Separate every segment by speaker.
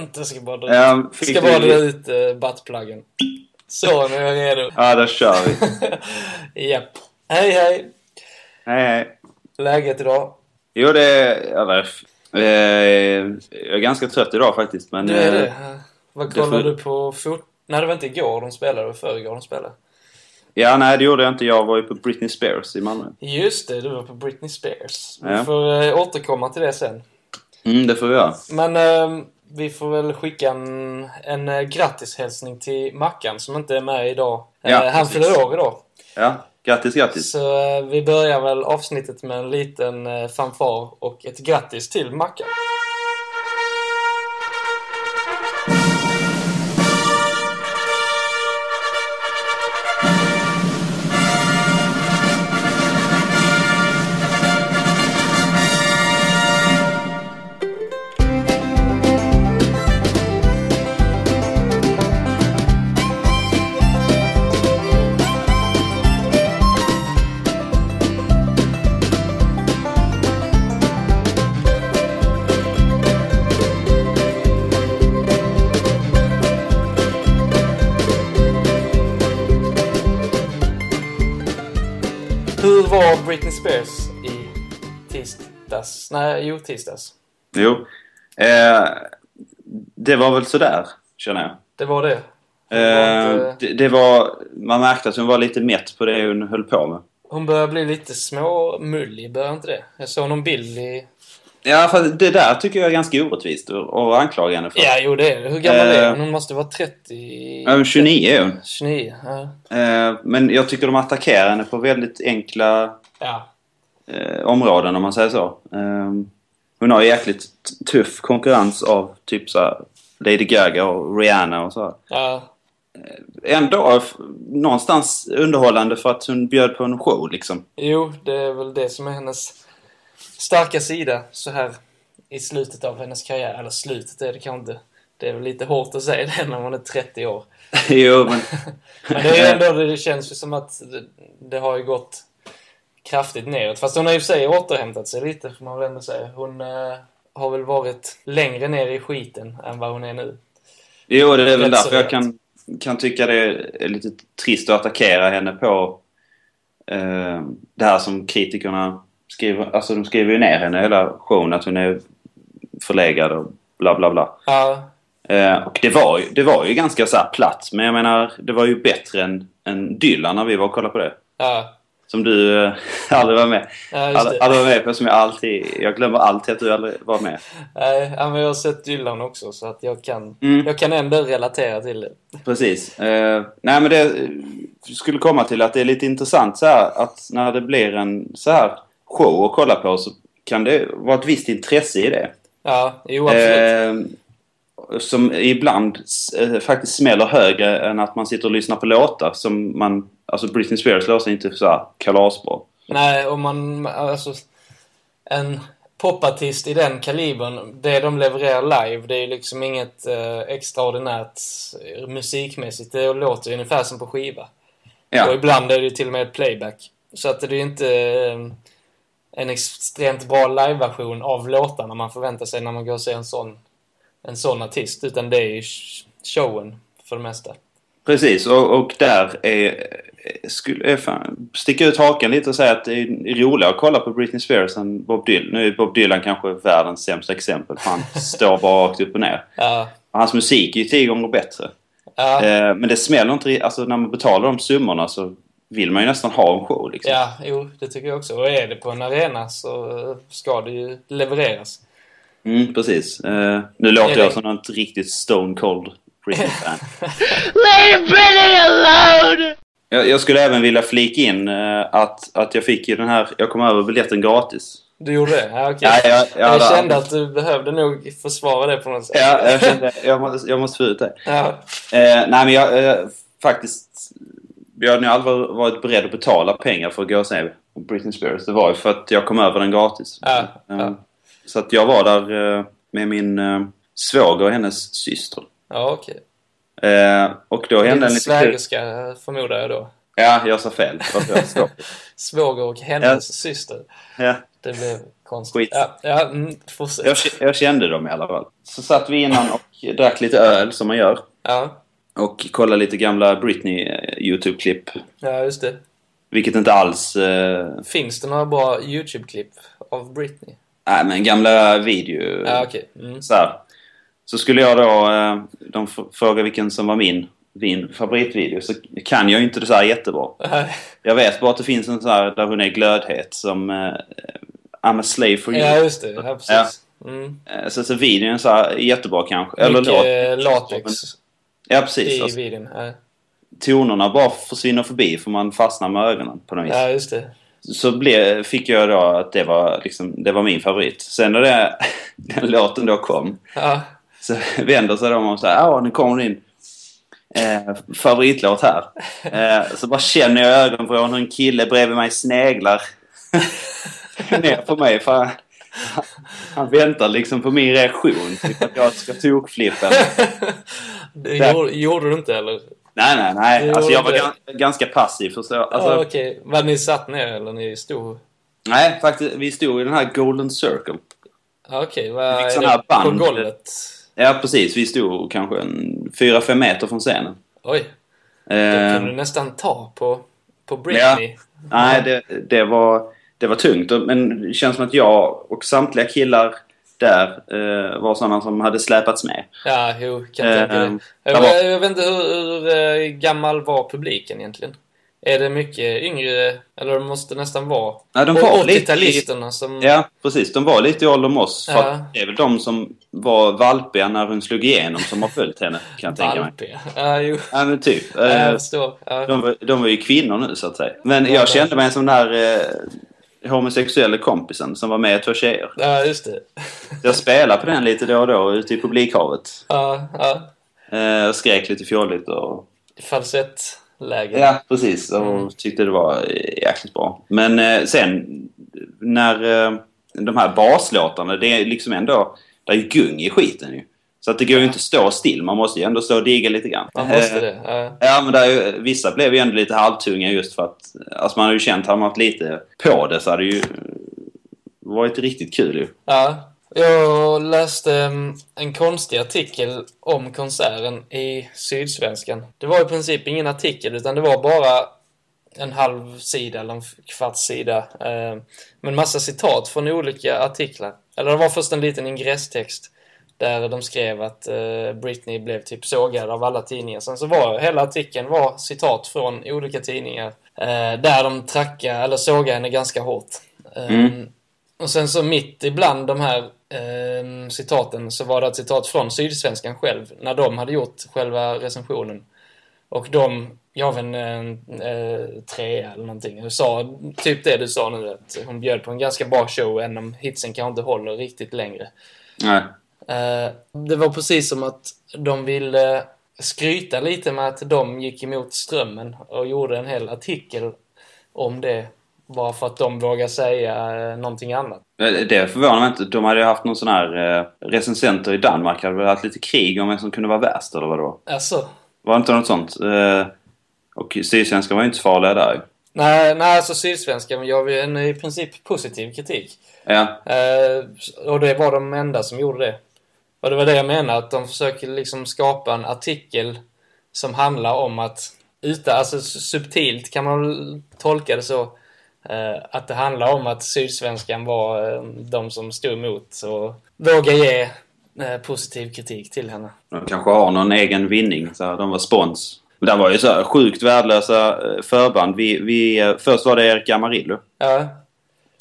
Speaker 1: Inte ska bara dra ut.
Speaker 2: Ehm, fick
Speaker 1: Ska bara
Speaker 2: vi-
Speaker 1: dra ut eh, buttpluggen. Så, nu är jag redo.
Speaker 2: Ja, då kör vi.
Speaker 1: Japp. Hej, hej.
Speaker 2: hej, hej.
Speaker 1: Läget idag?
Speaker 2: Jo, det är... Ja, vad är det f- eh, jag är ganska trött idag faktiskt, men...
Speaker 1: Du är
Speaker 2: eh,
Speaker 1: det. Vad
Speaker 2: det
Speaker 1: kollade
Speaker 2: får-
Speaker 1: du på fot... Nej, det var inte igår de spelade, det var förrgår de spelade.
Speaker 2: Ja, nej, det gjorde jag inte. Jag var ju på Britney Spears i Malmö.
Speaker 1: Just det, du var på Britney Spears. Vi
Speaker 2: Ja.
Speaker 1: får eh, återkomma till det sen.
Speaker 2: Mm, det får vi göra.
Speaker 1: Men eh, vi får väl skicka en, en eh, grattishälsning till Mackan som inte är med idag. Eh,
Speaker 2: Ja,
Speaker 1: Han
Speaker 2: precis.
Speaker 1: fyller år idag.
Speaker 2: Ja, grattis, grattis.
Speaker 1: Så eh, vi börjar väl avsnittet med en liten eh, fanfar och ett grattis till Mackan. Hur var Britney Spears i tisdags? Nej, jo tisdags.
Speaker 2: Jo. Eh, det var väl sådär, känner jag.
Speaker 1: Det var det. var
Speaker 2: Eh,
Speaker 1: inte-
Speaker 2: det, det var... Man märkte att hon var lite mätt på det hon höll på med.
Speaker 1: Hon börjar bli lite småmullig, börjar inte det? Jag såg någon bild i...
Speaker 2: Ja, fast det där tycker jag är ganska orättvist att- att anklaga henne för.
Speaker 1: Ja, jo det är det. Hur gammal är
Speaker 2: Eh.
Speaker 1: hon? Hon måste vara 30...
Speaker 2: Ja, men 29 är hon.
Speaker 1: 29, ja.
Speaker 2: Eh, men jag tycker de attackerar henne på väldigt enkla
Speaker 1: Ja.
Speaker 2: eh, områden om man säger så. Eh, hon har ju jäkligt t- tuff konkurrens av typ så här Lady Gaga och Rihanna och så. här.
Speaker 1: ja.
Speaker 2: Ändå f- någonstans underhållande för att hon bjöd på en show liksom.
Speaker 1: Jo, det är väl det som är hennes starka sida så här i slutet av hennes karriär. Eller slutet är det kanske inte. Det är väl lite hårt att säga det när man är 30 år.
Speaker 2: jo, men...
Speaker 1: Men det är ju ändå, det känns ju som att det, det har ju gått kraftigt neråt. Fast hon har ju i och för sig återhämtat sig lite, får man väl ändå säga. Hon eh, har väl varit längre ner i skiten än vad hon är nu.
Speaker 2: Jo, det är väl
Speaker 1: Rätt
Speaker 2: därför
Speaker 1: så
Speaker 2: jag
Speaker 1: rätt.
Speaker 2: kan, kan tycka det är lite trist att attackera henne på eh, det här som kritikerna skriver. Alltså de skriver ju ner henne hela showen, att hon är förlegad och bla bla bla.
Speaker 1: Ja,
Speaker 2: Eh, och det var, ju, det var ju ganska så här platt, men jag menar det var ju bättre än, än Dylan när vi var och kollade på det.
Speaker 1: ja,
Speaker 2: Som du eh, aldrig var med.
Speaker 1: ja just
Speaker 2: Aldrig,
Speaker 1: det.
Speaker 2: aldrig var med på, som jag alltid... Jag glömmer alltid att du aldrig var med.
Speaker 1: Nej, ja, men jag har sett Dylan också så att jag kan,
Speaker 2: Mm.
Speaker 1: jag kan ändå relatera till det.
Speaker 2: Precis. Eh, nej, men det eh, skulle komma till att det är lite intressant så här att när det blir en så här show att kolla på så kan det vara ett visst intresse i det.
Speaker 1: Ja, jo absolut.
Speaker 2: Eh, som ibland s- eh, faktiskt smäller högre än att man sitter och lyssnar på låtar som man... Alltså Britney Spears låtar är inte så här kalasbra.
Speaker 1: Nej, om man... Alltså, en popartist i den kalibern, det de levererar live, det är liksom inget eh, extraordinärt eh, musikmässigt. Det låter ju ungefär som på skiva. Och
Speaker 2: Ja,
Speaker 1: ibland är det ju till och med playback. Så att det är ju inte eh, en extremt bra liveversion av låtarna man förväntar sig när man går och ser en sån, en sån artist. Utan det är ju sh- showen för det mesta.
Speaker 2: precis. Och, och där är... eh, Skulle, är fan, sticka ut haken lite och säga att det är roligare att kolla på Britney Spears än Bob Dylan. Nu är Bob Dylan kanske världens sämsta exempel. för Han står bara rakt upp och ner.
Speaker 1: Ja,
Speaker 2: Hans musik är ju tio gånger bättre.
Speaker 1: ja,
Speaker 2: Eh, men det smäller inte... ri- Alltså när man betalar de summorna så vill man ju nästan ha en show liksom.
Speaker 1: ja, jo, det tycker jag också. Och är det på en arena så eh, ska det ju levereras.
Speaker 2: Mm, precis. Eh, nu låter
Speaker 1: Det är
Speaker 2: jag som ett riktigt Stone Cold Britney-fan.
Speaker 3: Leave Britney alone!
Speaker 2: jag, jag skulle även vilja flika in eh, att, att jag fick ju den här... Jag kom över biljetten gratis.
Speaker 1: Du gjorde det? Ja, okej.
Speaker 2: Ja, jag- jag
Speaker 1: jag
Speaker 2: hade-
Speaker 1: kände att du behövde nog försvara det på något sätt.
Speaker 2: Ja, jag, kände, jag, måste, jag måste få ut det.
Speaker 1: ja,
Speaker 2: Eh, nej, men jag eh, faktiskt... Jag hade nog aldrig varit beredd att betala pengar för att gå och se Britney Spears. Det var ju för att jag kom över den gratis.
Speaker 1: Ja,
Speaker 2: Eh,
Speaker 1: ja.
Speaker 2: Så att jag var där eh, med min eh, svåger och hennes syster.
Speaker 1: ja okej.
Speaker 2: Eh, och då hände en
Speaker 1: Din
Speaker 2: lite kul...
Speaker 1: svägerska förmodar jag då.
Speaker 2: Ja, jag sa fel. Varför jag sa fel?
Speaker 1: Svåger och hennes
Speaker 2: Ja.
Speaker 1: syster.
Speaker 2: ja.
Speaker 1: Det blev konstigt.
Speaker 2: Skit.
Speaker 1: Ja, ja mm, fortsätt.
Speaker 2: jag, k- jag kände dem i alla fall. Så satt vi innan och drack lite öl, som man gör.
Speaker 1: Ja,
Speaker 2: Och kollade lite gamla Britney-YouTube-klipp.
Speaker 1: ja, just det.
Speaker 2: Vilket inte alls... eh,
Speaker 1: Finns det några bra YouTube-klipp av Britney?
Speaker 2: Nej, Äh, men gamla video...
Speaker 1: Ja, okej. Mm.
Speaker 2: så, här. så skulle jag då... eh, De f- frågade vilken som var min, min favoritvideo. Så kan jag ju inte det så här jättebra. Jag vet bara att det finns en så här där hon är glödhet som... eh, I'm a slave for you.
Speaker 1: Ja, just det. Ja, precis. Mm.
Speaker 2: Eh, Så, så videon är så här jättebra kanske. Eller
Speaker 1: Mycket
Speaker 2: låt-
Speaker 1: latex
Speaker 2: Ja,
Speaker 1: i
Speaker 2: precis. Alltså,
Speaker 1: videon. Ja.
Speaker 2: tonerna bara försvinner förbi för man fastnar med ögonen på något vis.
Speaker 1: ja, just det.
Speaker 2: Så ble, fick jag då att det var, liksom, det var min favorit. Sen när det, den låten då kom
Speaker 1: Ja,
Speaker 2: så vänder sig de om så här, ja nu kommer din eh, favoritlåt här. Eh, så bara känner jag i ögonvrån hur en kille bredvid mig sneglar ner på mig. För han, han väntar liksom på min reaktion, typ att jag ska tokflippa.
Speaker 1: det
Speaker 2: Där.
Speaker 1: gjorde, gjorde du inte eller?
Speaker 2: Nej, nej, nej.
Speaker 1: Jo,
Speaker 2: Alltså jag var
Speaker 1: det-
Speaker 2: gan- ganska passiv förstår jag. alltså,
Speaker 1: ja, okej. Var ni satt ner eller ni stod?
Speaker 2: Nej, faktiskt. Vi stod i den här Golden Circle.
Speaker 1: Ja, okej.
Speaker 2: Vi
Speaker 1: Vad
Speaker 2: fick
Speaker 1: är
Speaker 2: såna här
Speaker 1: det på
Speaker 2: band.
Speaker 1: golvet?
Speaker 2: Ja, precis. Vi stod kanske en 4-5 meter från scenen.
Speaker 1: Oj, då
Speaker 2: Eh,
Speaker 1: kunde du nästan ta på, på Britney.
Speaker 2: nej, det, det, var, det var tungt. Och- Men det känns som att jag och samtliga killar där eh, var sådana som hade släpats med.
Speaker 1: Ja, jo, kan
Speaker 2: Eh,
Speaker 1: tänka det. Jag,
Speaker 2: där var-
Speaker 1: jag vet inte hur, hur eh, gammal var publiken egentligen? Är det mycket yngre? Eller det måste nästan vara
Speaker 2: Ja, de
Speaker 1: och
Speaker 2: var lite-
Speaker 1: 80-talisterna som...
Speaker 2: Ja, precis. De var lite i ålder med oss. För
Speaker 1: Mm. Ja.
Speaker 2: att det är väl de som var valpiga när hon slog igenom som har följt henne, kan jag tänka mig.
Speaker 1: valpiga. Ja, jo.
Speaker 2: Ja, men typ.
Speaker 1: Ja, jag
Speaker 2: Eh,
Speaker 1: förstår. Ja.
Speaker 2: De var, de var ju kvinnor nu så att säga. Men
Speaker 1: Ja,
Speaker 2: jag kände mig som den här eh, homosexuella kompisen som var med två tjejer.
Speaker 1: ja, just det.
Speaker 2: Jag spelade på den lite då och då ute i publikhavet.
Speaker 1: Ja, ja.
Speaker 2: Eh, skrek lite fjolligt och...
Speaker 1: Falsettläge.
Speaker 2: Ja, precis. Och
Speaker 1: Mm.
Speaker 2: tyckte det var eh, jäkligt bra. Men eh, sen när eh, de här baslåtarna, det är liksom ändå... Det är ju gung i skiten ju. Så att det går ju inte att stå still. Man måste ju ändå stå och digga lite grann.
Speaker 1: Man måste
Speaker 2: Eh,
Speaker 1: det. Ja.
Speaker 2: Ja, men det är ju, vissa blev ju ändå lite halvtunga just för att... Alltså man har ju känt, hade man haft lite på det så hade det ju varit riktigt kul ju.
Speaker 1: Ja. Jag läste mm, en konstig artikel om konserten i Sydsvenskan. Det var i princip ingen artikel, utan det var bara en halv sida eller en kvarts sida. Eh, men massa citat från olika artiklar. Eller det var först en liten ingresstext där de skrev att eh, Britney blev typ sågad av alla tidningar. Sen så var hela artikeln var citat från olika tidningar eh, där de trackade eller sågade henne ganska hårt. Eh,
Speaker 2: Mm.
Speaker 1: Och sen så mitt ibland de här eh, citaten så var det ett citat från Sydsvenskan själv när de hade gjort själva recensionen. Och de, jag vet inte, en, eh, trea eller någonting. Du sa typ det du sa nu att hon bjöd på en ganska bra show även om hitsen kanske inte håller riktigt längre.
Speaker 2: Nej.
Speaker 1: Eh, det var precis som att de ville skryta lite med att de gick emot strömmen och gjorde en hel artikel om det. Bara för att de vågar säga eh, någonting annat.
Speaker 2: Eh, Det förvånar mig inte. De hade ju haft någon sån här... eh, Recensenter i Danmark hade väl haft lite krig om vem som kunde vara värst eller vad det var.
Speaker 1: Alltså,
Speaker 2: Var det inte något sånt? Eh, Och Sydsvenskan var ju inte så farliga där ju.
Speaker 1: nej, nej alltså Sydsvenskan gör ju en i princip positiv kritik.
Speaker 2: Ja.
Speaker 1: Eh, och det var de enda som gjorde det. Och det var det jag menade, att de försöker liksom skapa en artikel som handlar om att, utan, alltså subtilt kan man väl tolka det så, eh, att det handlar om att Sydsvenskan var eh, de som stod emot och våga ge eh, positiv kritik till henne.
Speaker 2: De kanske har någon egen vinning. Så här, de var spons. Men Där var ju så här sjukt värdelösa eh, förband. Vi, vi, eh, först var det Erik Amarillo.
Speaker 1: Ja,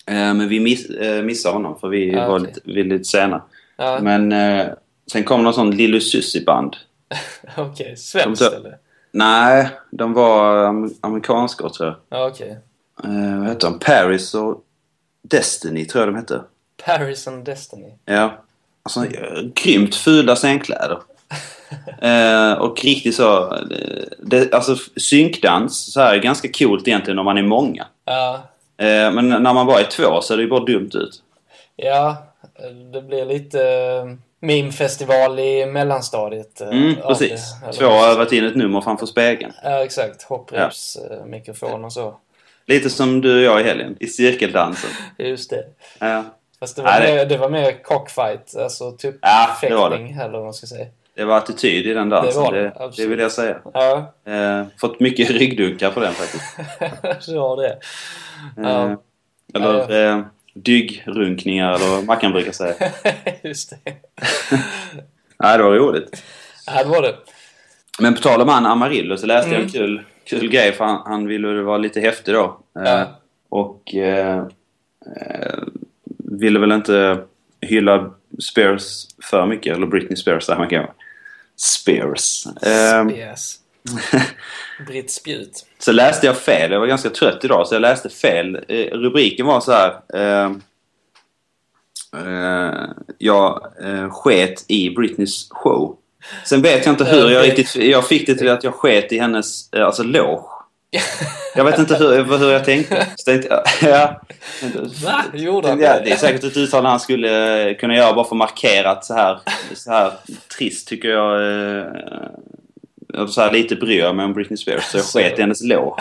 Speaker 2: Eh, Men vi miss, eh, missade honom för vi
Speaker 1: Ja,
Speaker 2: var
Speaker 1: okej. Ah.
Speaker 2: lite, vi lite sena.
Speaker 1: ja
Speaker 2: Men eh, sen kom någon sån Lilly Susie-band.
Speaker 1: okej. Svenskt
Speaker 2: De sa-
Speaker 1: eller?
Speaker 2: Nej, de var am- amerikanskor tror jag.
Speaker 1: Ja, okej.
Speaker 2: Eh, vad hette de? Paris och Destiny tror jag de hette.
Speaker 1: Paris and Destiny.
Speaker 2: Ja. Alltså, eh, grymt fula scenkläder. Eh, och riktigt så... eh, Det, alltså synkdans så här, är ganska coolt egentligen om man är många.
Speaker 1: Ja,
Speaker 2: Eh, men när man bara är två så är det ju bara dumt ut.
Speaker 1: ja, det blir lite eh, meme-festival i mellanstadiet. eh,
Speaker 2: Mm,
Speaker 1: av
Speaker 2: precis.
Speaker 1: det, eller-
Speaker 2: Två har övat in ett nummer framför spegeln.
Speaker 1: Ja, exakt. Hopprepsmikrofon och så.
Speaker 2: Lite som du och jag i helgen, i cirkeldansen.
Speaker 1: Just det.
Speaker 2: Ja,
Speaker 1: Fast det var,
Speaker 2: Ja, det-
Speaker 1: Mer, det var mer cockfight, alltså typ
Speaker 2: Ja, det var det.
Speaker 1: fäktning eller vad man ska säga.
Speaker 2: det var attityd i den dansen,
Speaker 1: Det var det,
Speaker 2: det, det,
Speaker 1: absolut.
Speaker 2: vill jag säga.
Speaker 1: Ja,
Speaker 2: Eh, fått mycket ryggdunkar på den faktiskt.
Speaker 1: du har det.
Speaker 2: Eh,
Speaker 1: Ja.
Speaker 2: Eller eh, dyggrunkningar, eller vad Mackan brukar säga.
Speaker 1: Just det.
Speaker 2: Nej, det var roligt.
Speaker 1: Ja, det var det.
Speaker 2: Men på tal om han Amarillo så läste jag
Speaker 1: Mm.
Speaker 2: en kul, kul grej för han, han ville vara lite häftig då. Eh,
Speaker 1: Ja.
Speaker 2: Och eh, eh, ville väl inte hylla Spears för mycket, eller Britney Spears säger man kanske. Spears. Eh,
Speaker 1: Yes. Britt Spjut.
Speaker 2: så läste jag fel, jag var ganska trött idag så jag läste fel. Eh, rubriken var så här. Eh, eh, jag eh, sket i Britneys show. Sen vet jag inte hur jag riktigt... Jag fick det till att jag sket i hennes eh, alltså, loge. Jag vet inte hur, hur jag tänkte. Så tänkte jag, ja.
Speaker 1: Va? Gjorde
Speaker 2: Ja,
Speaker 1: han
Speaker 2: det är säkert ett uttalande han skulle eh, kunna göra bara för att markera att så här, så här trist tycker jag... eh, och Så här lite bryr jag mig om Britney Spears så jag
Speaker 1: Så.
Speaker 2: sket i hennes låg.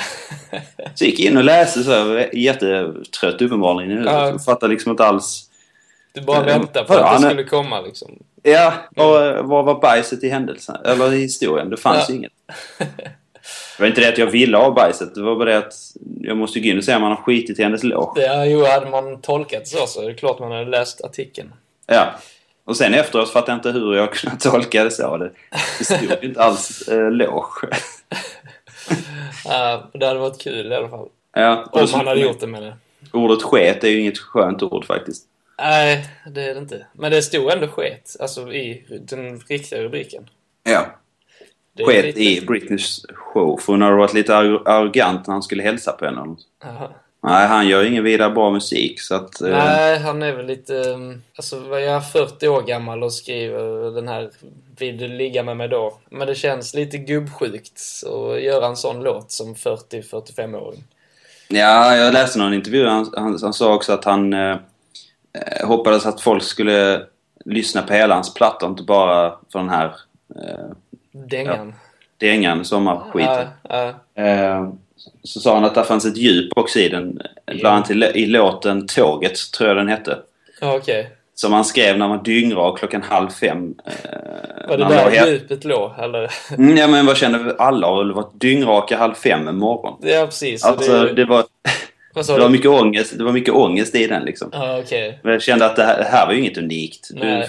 Speaker 2: Så gick jag in och läste så här, jättetrött uppenbarligen i huvudet.
Speaker 1: Ja.
Speaker 2: Jag Fattar liksom inte alls.
Speaker 1: Du bara
Speaker 2: Eh,
Speaker 1: väntade på att
Speaker 2: han
Speaker 1: det
Speaker 2: är-
Speaker 1: skulle komma liksom.
Speaker 2: Ja, och eh, vad var bajset i händelsen? Eller i historien? Det fanns
Speaker 1: Ja.
Speaker 2: ju inget. Det var inte det att jag ville ha bajset. Det var bara det att jag måste gå in och se om han har skitit i hennes låg.
Speaker 1: Ja, jo, hade man tolkat så så är det klart man hade läst artikeln.
Speaker 2: Ja. Och sen efteråt fattade jag inte hur jag kunde tolka det så. Det, det stod ju inte alls eh, loge.
Speaker 1: Ja, det hade varit kul i alla fall.
Speaker 2: Ja, och
Speaker 1: Om
Speaker 2: så-
Speaker 1: han hade gjort det med det.
Speaker 2: Ordet sket är ju inget skönt ord faktiskt.
Speaker 1: Nej, det är det inte. Men det stod ändå sket, alltså i den riktiga rubriken.
Speaker 2: Ja.
Speaker 1: Det är
Speaker 2: Sket
Speaker 1: lite-
Speaker 2: i Britneys show. För hon hade varit lite arro- arrogant när han skulle hälsa på henne. eller något.
Speaker 1: Jaha.
Speaker 2: Nej, han gör ingen vidare bra musik så att... eh,
Speaker 1: Nej, han är väl lite... ehm, Alltså, vad jag är 40 år gammal och skriver den här Vill du ligga med mig då? Men det känns lite gubbsjukt att göra en sån låt som 40-45-åring.
Speaker 2: Ja, jag läste någon intervju. Han, han, han sa också att han eh, eh, hoppades att folk skulle lyssna på hela hans platta och inte bara för den här eh,
Speaker 1: Dängan.
Speaker 2: dängan, sommarskiten.
Speaker 1: Ja, ja.
Speaker 2: Eh, så sa han att det fanns ett djup också i den. Bland
Speaker 1: Ja.
Speaker 2: annat i, lå- i låten Tåget, tror jag den hette.
Speaker 1: Ja, okej.
Speaker 2: Som han skrev när han var dyngrak klockan halv fem. Eh,
Speaker 1: Var det
Speaker 2: när han låg
Speaker 1: där
Speaker 2: he-
Speaker 1: djupet låg, eller?
Speaker 2: Mm, ja, men vad kände vi alla? har väl varit dyngraka halv fem en morgon.
Speaker 1: Ja, precis. Så
Speaker 2: Alltså,
Speaker 1: det,
Speaker 2: det var,
Speaker 1: vad
Speaker 2: det
Speaker 1: sa
Speaker 2: var
Speaker 1: du?
Speaker 2: mycket ångest. Det var mycket ångest i den liksom.
Speaker 1: Ja, okej.
Speaker 2: Men jag kände att det här, det här var ju inget unikt. Du,
Speaker 1: Nej.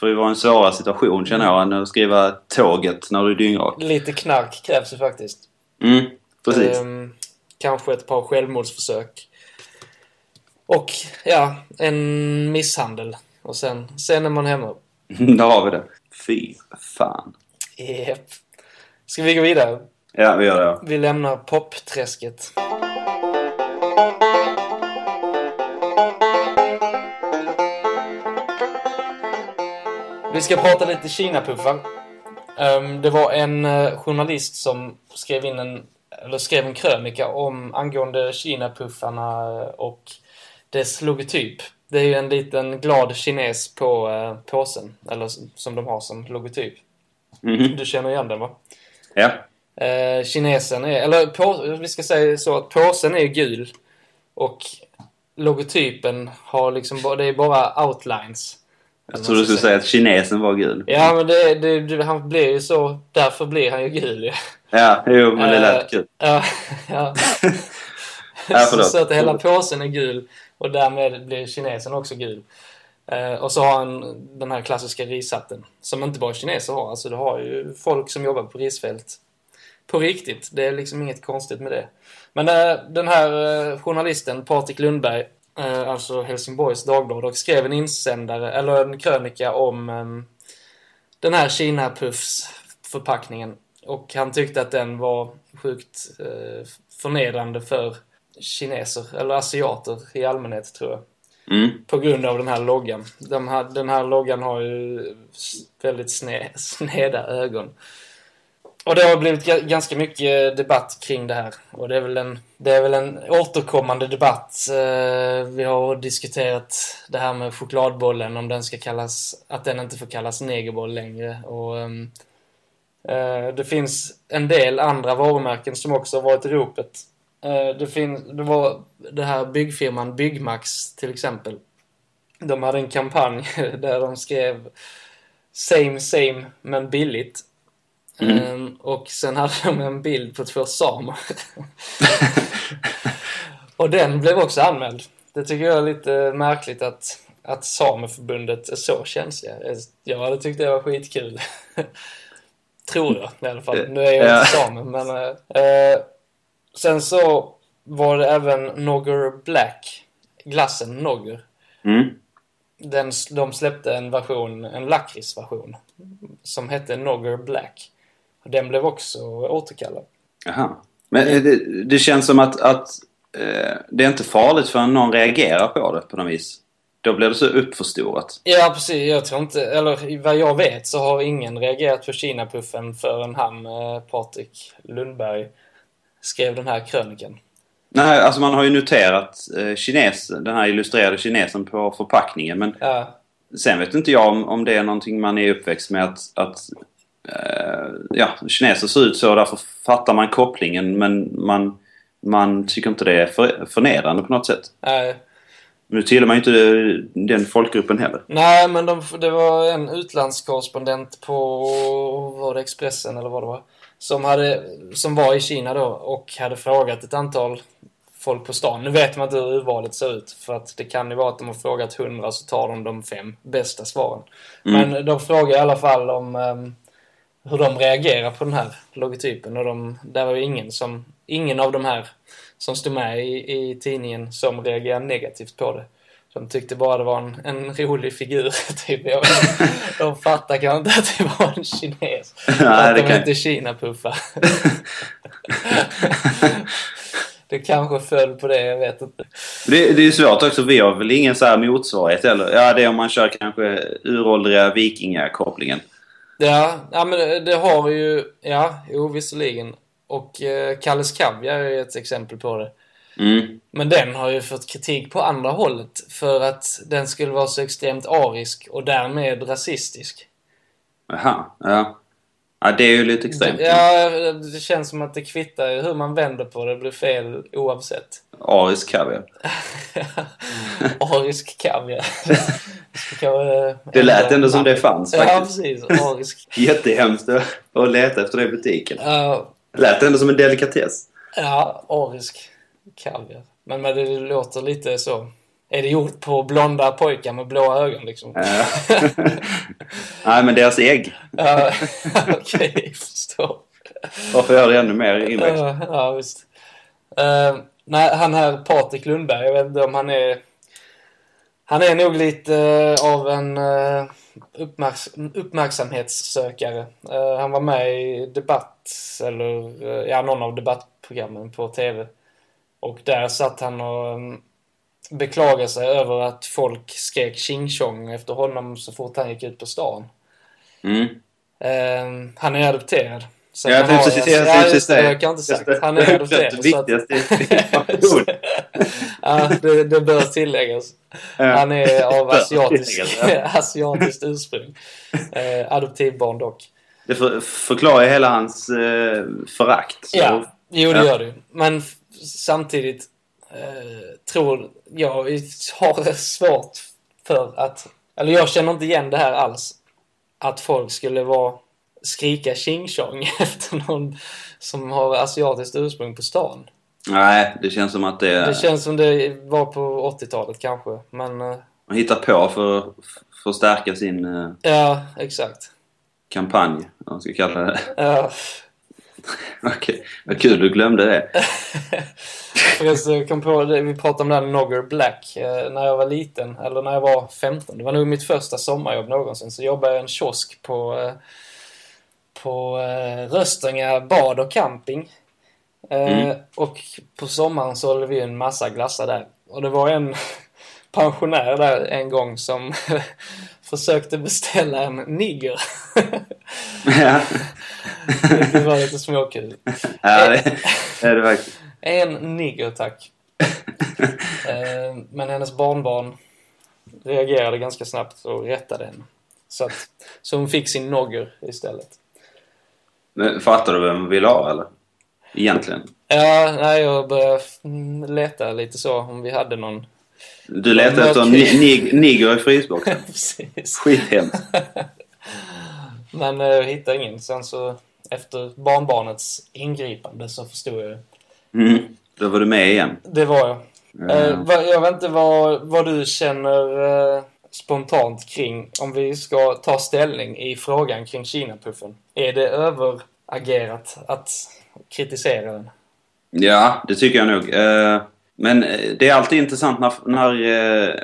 Speaker 2: för det var en svårare situation känner jag, än att skriva Tåget när du är dyngrak.
Speaker 1: Lite knark krävs ju faktiskt.
Speaker 2: Mm, precis.
Speaker 1: Ehm, kanske ett par självmordsförsök. Och, ja, en misshandel. Och sen, sen är man hemma. Ehm.
Speaker 2: Där har vi det. Fy fan.
Speaker 1: Yep. Ska vi gå vidare?
Speaker 2: Ja, vi gör det.
Speaker 1: Vi lämnar popträsket. Vi ska prata lite Kina-puffar. Ehm, det var en eh, journalist som skrev in en, eller skrev en krönika om angående Kina-puffarna eh, och dess logotyp. Det är ju en liten glad kines på eh, påsen, eller s- som de har som logotyp.
Speaker 2: Mhm.
Speaker 1: Du känner igen den va?
Speaker 2: Ja.
Speaker 1: Eh, kinesen är, eller på, vi ska säga så att påsen är gul och logotypen har liksom, bara- det är bara outlines. Alltså,
Speaker 2: Jag trodde du skulle säga att kinesen var gul.
Speaker 1: Ja men det, det, det, han blir ju så, därför blir han ju gul ju.
Speaker 2: Ja, jo, men det
Speaker 1: Eh,
Speaker 2: lät kul.
Speaker 1: Ja, ja.
Speaker 2: Ja,
Speaker 1: så,
Speaker 2: förlåt.
Speaker 1: så att hela påsen är gul och därmed blir kinesen också gul. Eh, och så har han den här klassiska rishatten som inte bara kineser har. Alltså det har ju folk som jobbar på risfält på riktigt. Det är liksom inget konstigt med det. Men eh, den här eh, journalisten Patrik Lundberg, eh, alltså Helsingborgs Dagblad, och skrev en insändare, eller en krönika om ehm, den här Kina-puffs-förpackningen. Och han tyckte att den var sjukt eh, förnedrande för kineser, eller asiater i allmänhet tror jag.
Speaker 2: Mm.
Speaker 1: På grund av den här loggan. De här, den här loggan har ju s- väldigt sne, sneda ögon. Och det har blivit ga- ganska mycket debatt kring det här. Och det är väl en, det är väl en återkommande debatt. Eh, Vi har diskuterat det här med chokladbollen, om den ska kallas, att den inte får kallas negerboll längre. Och, ehm, eh, det finns en del andra varumärken som också har varit i ropet. Eh, Det, finns, det var det här byggfirman Byggmax till exempel. De hade en kampanj där de skrev Same same men billigt.
Speaker 2: Mm.
Speaker 1: Ehm, och sen hade de en bild på två samer. och den blev också anmäld. Det tycker jag är lite märkligt att, att Sameförbundet är så känsliga. Jag hade tyckt det var skitkul. Tror jag i alla fall. Nu är jag
Speaker 2: Eh, Ja.
Speaker 1: inte same, men... eh, eh, sen så var det även Nogger Black. Glassen Nogger.
Speaker 2: Mm.
Speaker 1: Den, de släppte en version, en lakritsversion. Som hette Nogger Black. Och Den blev också återkallad.
Speaker 2: Jaha. Men eh, det, det känns som att, att eh, det är inte farligt förrän någon reagerar på det på något vis. Då blir det så uppförstorat.
Speaker 1: Ja, precis. Jag tror inte... Eller vad jag vet så har ingen reagerat på Kinapuffen förrän han, eh, Patrik Lundberg, skrev den här krönikan.
Speaker 2: Nej, alltså man har ju noterat eh, kines, den här illustrerade kinesen på förpackningen men
Speaker 1: Ja,
Speaker 2: sen vet inte jag om, om det är någonting man är uppväxt med att, att eh, ja, kineser ser ut så därför fattar man kopplingen men man, man tycker inte det är för, förnedrande på något sätt.
Speaker 1: nej.
Speaker 2: Nu tillhör man ju inte den folkgruppen heller.
Speaker 1: Nej, men de, det var en utlandskorrespondent på var det Expressen eller vad det var. Som, hade, som var i Kina då och hade frågat ett antal folk på stan. Nu vet man inte hur urvalet ser ut. För att det kan ju vara att de har frågat hundra så tar de de fem bästa svaren.
Speaker 2: Mm.
Speaker 1: Men de frågar i alla fall om ehm, hur de reagerar på den här logotypen. Och de, där var ju ingen, som, ingen av de här som stod med i, i tidningen som reagerade negativt på det. De tyckte bara det var en, en rolig figur. Typ. Jag vet inte. De fattar kanske inte att det var en kines.
Speaker 2: Nej,
Speaker 1: att
Speaker 2: det
Speaker 1: de
Speaker 2: kan...
Speaker 1: inte Kina-puffar. det kanske föll på det, jag vet inte.
Speaker 2: Det, det är ju svårt också, vi har väl ingen så här motsvarighet heller. Ja, det är om man kör kanske uråldriga vikingakopplingen.
Speaker 1: Ja, ja men eh, det, det har ju... Ja, jo visserligen. Och eh, Kalles Kaviar är ju ett exempel på det.
Speaker 2: Mm.
Speaker 1: Men den har ju fått kritik på andra hållet för att den skulle vara så extremt arisk och därmed rasistisk.
Speaker 2: Aha, ja. Ja, det är ju lite extremt.
Speaker 1: Ja, det känns som att det kvittar ju hur man vänder på det, det blir fel oavsett.
Speaker 2: Arisk kaviar.
Speaker 1: arisk kaviar. Det kan vara-
Speaker 2: Det lät ändå som det fanns
Speaker 1: Ja,
Speaker 2: faktiskt.
Speaker 1: precis. Arisk.
Speaker 2: Jättehemskt att att leta efter det i butiken.
Speaker 1: Ja,
Speaker 2: Lät ändå som en delikatess.
Speaker 1: Ja, arisk kaviar. Men, men det låter lite så. Är det gjort på blonda pojkar med blåa ögon liksom?
Speaker 2: Ja. Nej, men deras ägg.
Speaker 1: Ja, Okej, jag förstår.
Speaker 2: Varför gör det ännu mer inväxt?
Speaker 1: Ja, ja, visst. Eh, nej, han här Patrik Lundberg, jag vet inte om han är... Han är nog lite eh, av en eh, uppmärks uppmärksamhetssökare. Eh, han var med i Debatt, eller eh, ja, någon av debattprogrammen på TV. Och där satt han och um, beklagade sig över att folk skrek tjing tjong efter honom så fort han gick ut på stan.
Speaker 2: Mm.
Speaker 1: Ehm, han är adopterad. Så
Speaker 2: Ja,
Speaker 1: han har-
Speaker 2: precis,
Speaker 1: ja,
Speaker 2: precis,
Speaker 1: just det.
Speaker 2: det.
Speaker 1: Det har jag inte
Speaker 2: Just det.
Speaker 1: sagt. Han är adopterad.
Speaker 2: Det
Speaker 1: så att-
Speaker 2: viktigaste information.
Speaker 1: ja, det, det bör tilläggas.
Speaker 2: Ja.
Speaker 1: Han är av
Speaker 2: Bör
Speaker 1: asiatisk,
Speaker 2: tilläggas,
Speaker 1: asiatiskt ursprung. Eh, adoptivbarn dock.
Speaker 2: Det för, förklarar ju hela hans eh, förakt. Så-
Speaker 1: Ja, jo det
Speaker 2: Ja.
Speaker 1: gör det ju. Men f- samtidigt eh, tror jag vi har svårt för att... Eller jag känner inte igen det här alls. Att folk skulle vara skrika tjing tjong efter någon som har asiatiskt ursprung på stan.
Speaker 2: Nej, det känns som att det,
Speaker 1: Det känns som det var på 80-talet kanske. Men eh,
Speaker 2: man hittar på för, för att stärka sin eh,
Speaker 1: ja, exakt. Eh,
Speaker 2: kampanj. Om man ska kalla det.
Speaker 1: Ja.
Speaker 2: Okej, Vad kul du glömde det.
Speaker 1: Förresten, jag kom på det, vi pratade om den här Nogger Black. Eh, när jag var liten, eller när jag var 15, det var nog mitt första sommarjobb någonsin, så jobbade jag i en kiosk på, eh, på eh, Röstänga bad och camping. Eh,
Speaker 2: Mm.
Speaker 1: Och på sommaren sålde vi en massa glassar där. Och det var en pensionär där en gång som försökte beställa en nigger.
Speaker 2: Ja.
Speaker 1: Det var lite småkul.
Speaker 2: ja, det, det är det faktiskt.
Speaker 1: En nigger, tack. Eh, Men hennes barnbarn reagerade ganska snabbt och rättade henne. Så, att, så hon fick sin nogger istället.
Speaker 2: Men Fattar du vem man vill ha eller? Egentligen.
Speaker 1: Ja, nej, jag började mm, leta lite så om vi hade någon.
Speaker 2: Du letar efter en
Speaker 1: Okej.
Speaker 2: ni- nig- nigger i frysboxen.
Speaker 1: Precis.
Speaker 2: Skithemskt.
Speaker 1: Men eh, jag hittade ingen. Sen så efter barnbarnets ingripande så förstod jag det.
Speaker 2: Mm. Då var du med igen.
Speaker 1: Det var jag.
Speaker 2: Eh,
Speaker 1: Eh, vad- jag vet inte vad, vad du känner eh, spontant kring om vi ska ta ställning i frågan kring Kinapuffen. Är det överagerat att kritisera den?
Speaker 2: Ja, det tycker jag nog. Eh, Men eh, det är alltid intressant när, när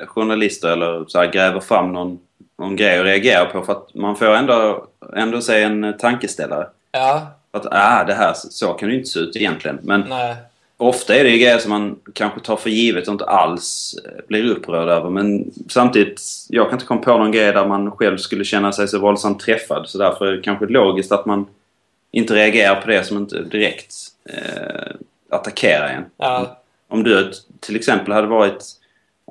Speaker 2: eh, journalister eller så här gräver fram någon, någon grej och reagerar på för att man får ändå, ändå se en eh, tankeställare.
Speaker 1: Ja,
Speaker 2: Att ah, det här, så kan det ju inte se ut egentligen. Men
Speaker 1: nej.
Speaker 2: ofta är det ju grejer som man kanske tar för givet och inte alls eh, blir upprörd över. Men samtidigt, jag kan inte komma på någon grej där man själv skulle känna sig så våldsamt träffad. Så därför är det kanske logiskt att man inte reagerar på det som inte direkt eh, attackerar en.
Speaker 1: Ja,
Speaker 2: Om du till exempel hade varit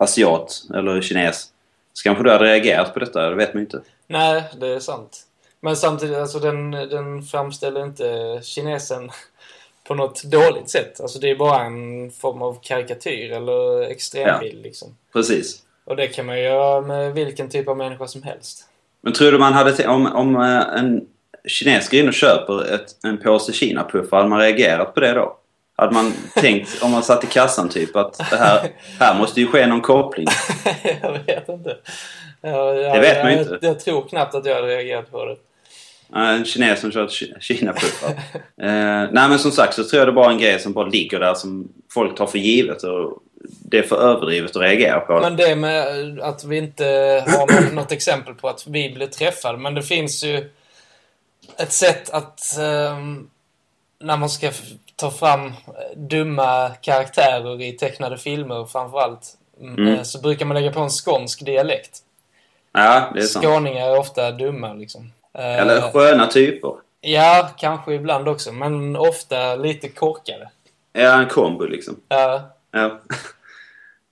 Speaker 2: asiat eller kines så kanske du hade reagerat på detta, det vet man ju inte.
Speaker 1: nej, det är sant. Men samtidigt, alltså den, den framställer inte kinesen på något dåligt sätt. Alltså det är bara en form av karikatyr eller extrembild liksom.
Speaker 2: Precis.
Speaker 1: Och det kan man ju göra med vilken typ av människa som helst.
Speaker 2: Men tror du man hade... te- Om, om eh, en kines går in och köper ett, en påse kinapuffar, hade man reagerat på det då? Hade man tänkt, om man satt i kassan typ, att det här, här måste ju ske någon koppling?
Speaker 1: jag vet inte. Jag, jag,
Speaker 2: Det vet man ju
Speaker 1: jag,
Speaker 2: inte.
Speaker 1: Jag, tror knappt att jag hade reagerat på det.
Speaker 2: Eh, En kines som köper ki- kinapuffar. Eh, nej men som sagt så tror jag det är bara en grej som bara ligger där som folk tar för givet och det är för överdrivet att reagera på.
Speaker 1: Men det med att vi inte har något, något exempel på att vi blev träffade. Men det finns ju ett sätt att ehm, när man ska f- ta fram eh, dumma karaktärer i tecknade filmer framförallt.
Speaker 2: Mm.
Speaker 1: Mm. Så brukar man lägga på en skånsk dialekt.
Speaker 2: ja, det är sant.
Speaker 1: Skåningar är ofta dumma liksom. Eh,
Speaker 2: Eller sköna typer.
Speaker 1: Ja, kanske ibland också. Men ofta lite korkade.
Speaker 2: Ja, en kombo liksom.
Speaker 1: Ja.
Speaker 2: Ja.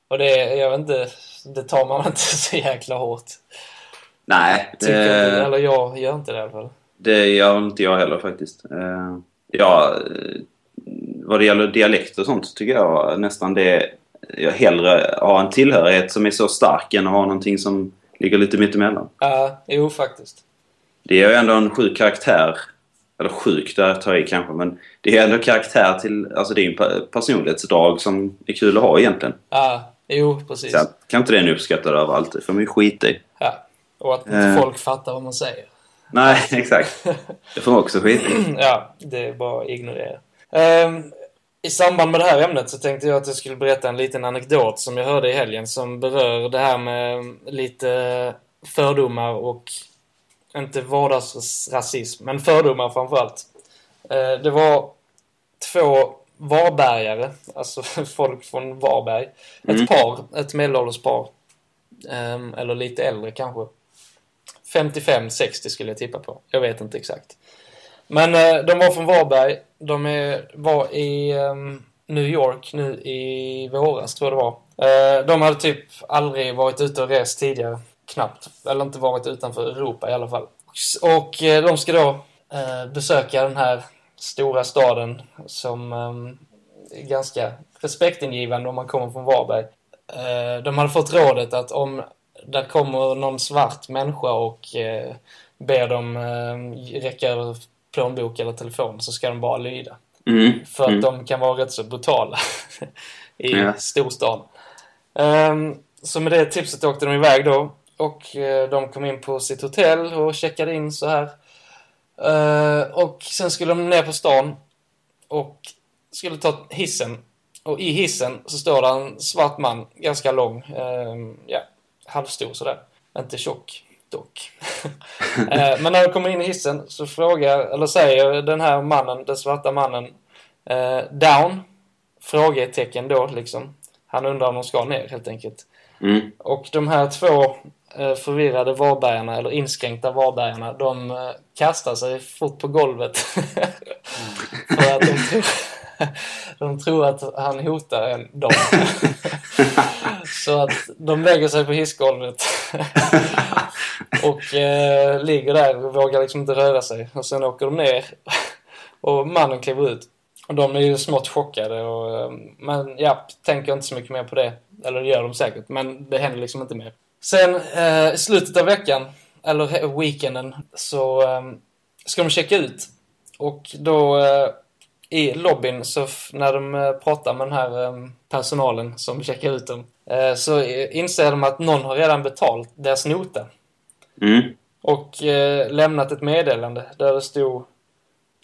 Speaker 1: Och det, jag vet inte, det tar man inte så jäkla hårt.
Speaker 2: Nej, eh,
Speaker 1: Tycker inte,
Speaker 2: det,
Speaker 1: eller jag gör inte det i alla fall.
Speaker 2: det gör inte jag heller faktiskt. Eh, Ja, eh, vad det gäller dialekt och sånt så tycker jag nästan det... Jag hellre har en tillhörighet som är så stark än att ha någonting som ligger lite mittemellan.
Speaker 1: Ja, jo faktiskt.
Speaker 2: Det är ju ändå en sjuk karaktär. Eller sjuk, där tar jag i kanske, men det är ändå karaktär till... Alltså det är ju en pe- personlighetsdrag som är kul att ha egentligen.
Speaker 1: Ja, jo precis.
Speaker 2: Så att- kan inte den uppskattas överallt, det får man ju skita i.
Speaker 1: Ja. Och att
Speaker 2: Eh.
Speaker 1: inte folk fattar vad man säger.
Speaker 2: Nej, exakt. Det får man också skita i.
Speaker 1: ja, det är bara att ignorera. Ehm, I samband med det här ämnet så tänkte jag att jag skulle berätta en liten anekdot som jag hörde i helgen som berör det här med mm, lite fördomar och inte vardagsrasism, men fördomar framförallt. Eh, Det var två Varbergare, alltså folk från Varberg.
Speaker 2: Mm.
Speaker 1: Ett par, ett medelålders par. Ehm, Eller lite äldre kanske. 55-60 skulle jag tippa på. Jag vet inte exakt. Men eh, de var från Varberg. De är, var i ehm, New York nu i våras, tror jag det var. Eh, de hade typ aldrig varit ute och rest tidigare. Knappt. Eller inte varit utanför Europa i alla fall. Och eh, de ska då eh, besöka den här stora staden som ehm, är ganska respektingivande om man kommer från Varberg. Eh, de hade fått rådet att om där kommer någon svart människa och eh, ber dem eh, räcka över plånbok eller telefon så ska de bara lyda.
Speaker 2: Mm.
Speaker 1: För att
Speaker 2: Mm.
Speaker 1: de kan vara rätt så brutala i
Speaker 2: Ja.
Speaker 1: storstan. Ehm, så med det tipset åkte de iväg då. Och eh, de kom in på sitt hotell och checkade in så här. Eh, och sen skulle de ner på stan. Och skulle ta hissen. Och i hissen så står det en svart man, ganska lång. ehm, ja, halvstor sådär. Inte tjock dock. Eh, Men när de kommer in i hissen så frågar, eller säger den här mannen, den svarta mannen, eh, down? Frågetecken då liksom. Han undrar om de ska ner helt enkelt.
Speaker 2: Mm.
Speaker 1: Och de här två eh, förvirrade varbergarna, eller inskränkta varbergarna, de eh, kastar sig fort på golvet. För att de tror, de tror att han hotar en, dem. Så att de lägger sig på hissgolvet. Och eh, ligger där och vågar liksom inte röra sig. Och sen åker de ner. Och mannen kliver ut. Och de är ju smått chockade. Och, eh, men ja, tänker inte så mycket mer på det. Eller det gör de säkert, men det händer liksom inte mer. Sen eh, i slutet av veckan, eller he- weekenden, så eh, ska de checka ut. Och då eh, i lobbyn, så f- när de eh, pratar med den här eh, personalen som checkar ut dem, eh, så eh, inser de att någon har redan betalt deras nota.
Speaker 2: Mm.
Speaker 1: Och eh, lämnat ett meddelande där det stod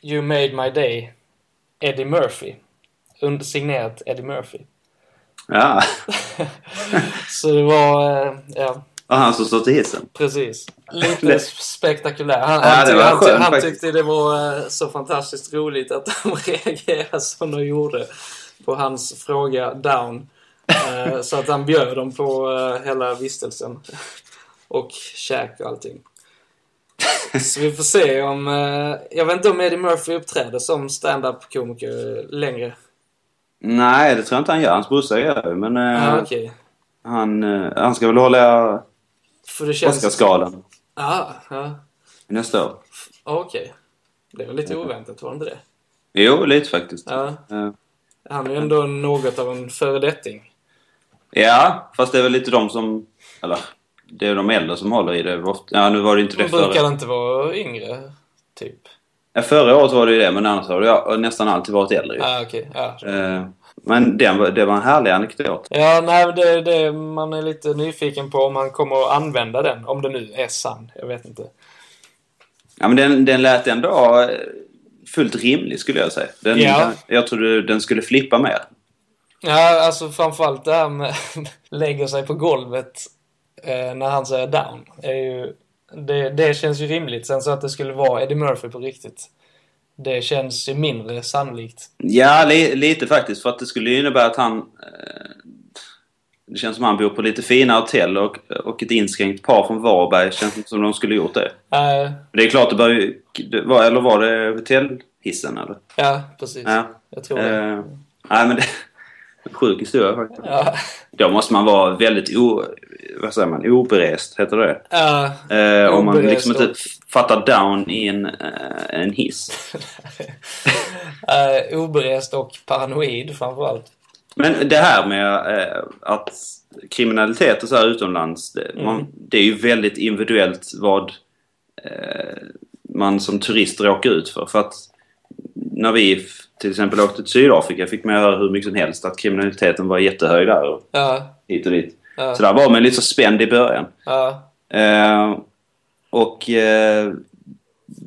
Speaker 1: You made my day, Eddie Murphy. Under, signerat Eddie Murphy.
Speaker 2: Ja,
Speaker 1: Så det var, eh, ja,
Speaker 2: och han som står till hissen.
Speaker 1: precis. Lite
Speaker 2: Det-
Speaker 1: spektakulär. Han,
Speaker 2: Ja,
Speaker 1: han,
Speaker 2: det
Speaker 1: tyckte,
Speaker 2: var
Speaker 1: han,
Speaker 2: skönt
Speaker 1: han
Speaker 2: faktiskt.
Speaker 1: tyckte det var eh, så fantastiskt roligt att de reagerade som de gjorde på hans fråga down. Eh, så att han bjöd dem på eh, hela vistelsen. Och käk och allting. Så vi får se om... eh, Jag vet inte om Eddie Murphy uppträder som stand-up komiker längre.
Speaker 2: Nej, det tror jag inte han gör. Hans brorsa gör det. Men eh,
Speaker 1: Ja, Ah, okej.
Speaker 2: han, eh, han ska väl hålla
Speaker 1: För det känns...
Speaker 2: Oscarsgalan
Speaker 1: Ah, ja.
Speaker 2: nästa år.
Speaker 1: Okej. Det var lite oväntat, var det inte det?
Speaker 2: Jo, lite faktiskt.
Speaker 1: Ja.
Speaker 2: Eh,
Speaker 1: Han är ju ändå något av en föredetting.
Speaker 2: Ja, fast det är väl lite de som... Eller, det är de äldre som håller i det. Ofta- Ja, nu var det inte det
Speaker 1: Han brukar
Speaker 2: förra.
Speaker 1: inte vara yngre, typ.
Speaker 2: Ja, förra året var det ju det, men annars har det ja, nästan alltid varit äldre. ju.
Speaker 1: Ja, okej. Ja.
Speaker 2: Eh, Men den, var- det var en härlig anekdot.
Speaker 1: Ja, nej, men det, det, man är lite nyfiken på om han kommer att använda den. Om det nu är sann. Jag vet inte.
Speaker 2: Ja, men den, den lät ändå eh, fullt rimlig, skulle jag säga. Den,
Speaker 1: Ja.
Speaker 2: Jag trodde den skulle flippa mer.
Speaker 1: Ja, alltså framförallt det här med lägger sig på golvet eh, när han säger down. Är ju, det, det känns ju rimligt. Sen så att det skulle vara Eddie Murphy på riktigt. Det känns ju mindre sannolikt.
Speaker 2: Ja, li, lite faktiskt. För att det skulle ju innebära att han... eh, Det känns som att han bor på lite fina hotell och, och ett inskränkt par från Varberg. Känns inte som de skulle gjort det.
Speaker 1: Eh,
Speaker 2: Det är klart, det bör ju... det var- Eller var det hotellhissen, eller?
Speaker 1: ja, precis.
Speaker 2: Ja.
Speaker 1: Jag tror det.
Speaker 2: Eh, nej, men det... en Sjuk historia faktiskt.
Speaker 1: Ja.
Speaker 2: Då måste man vara väldigt o... Vad säger man? Oberest, heter det.
Speaker 1: Ja,
Speaker 2: Eh, om man
Speaker 1: Oberest
Speaker 2: liksom inte
Speaker 1: och-
Speaker 2: fattar down i en, eh, en hiss.
Speaker 1: Eh, oberest och paranoid framförallt.
Speaker 2: Men det här med eh, att kriminalitet och så här utomlands, det, man, det är ju väldigt individuellt vad eh, man som turist råkar ut för. För att när vi f- till exempel åkte till Sydafrika fick man höra hur mycket som helst att kriminaliteten var jättehög där och
Speaker 1: Ja,
Speaker 2: hit och dit.
Speaker 1: ja,
Speaker 2: Så där var man lite så spänd i början.
Speaker 1: ja,
Speaker 2: Eh, och eh,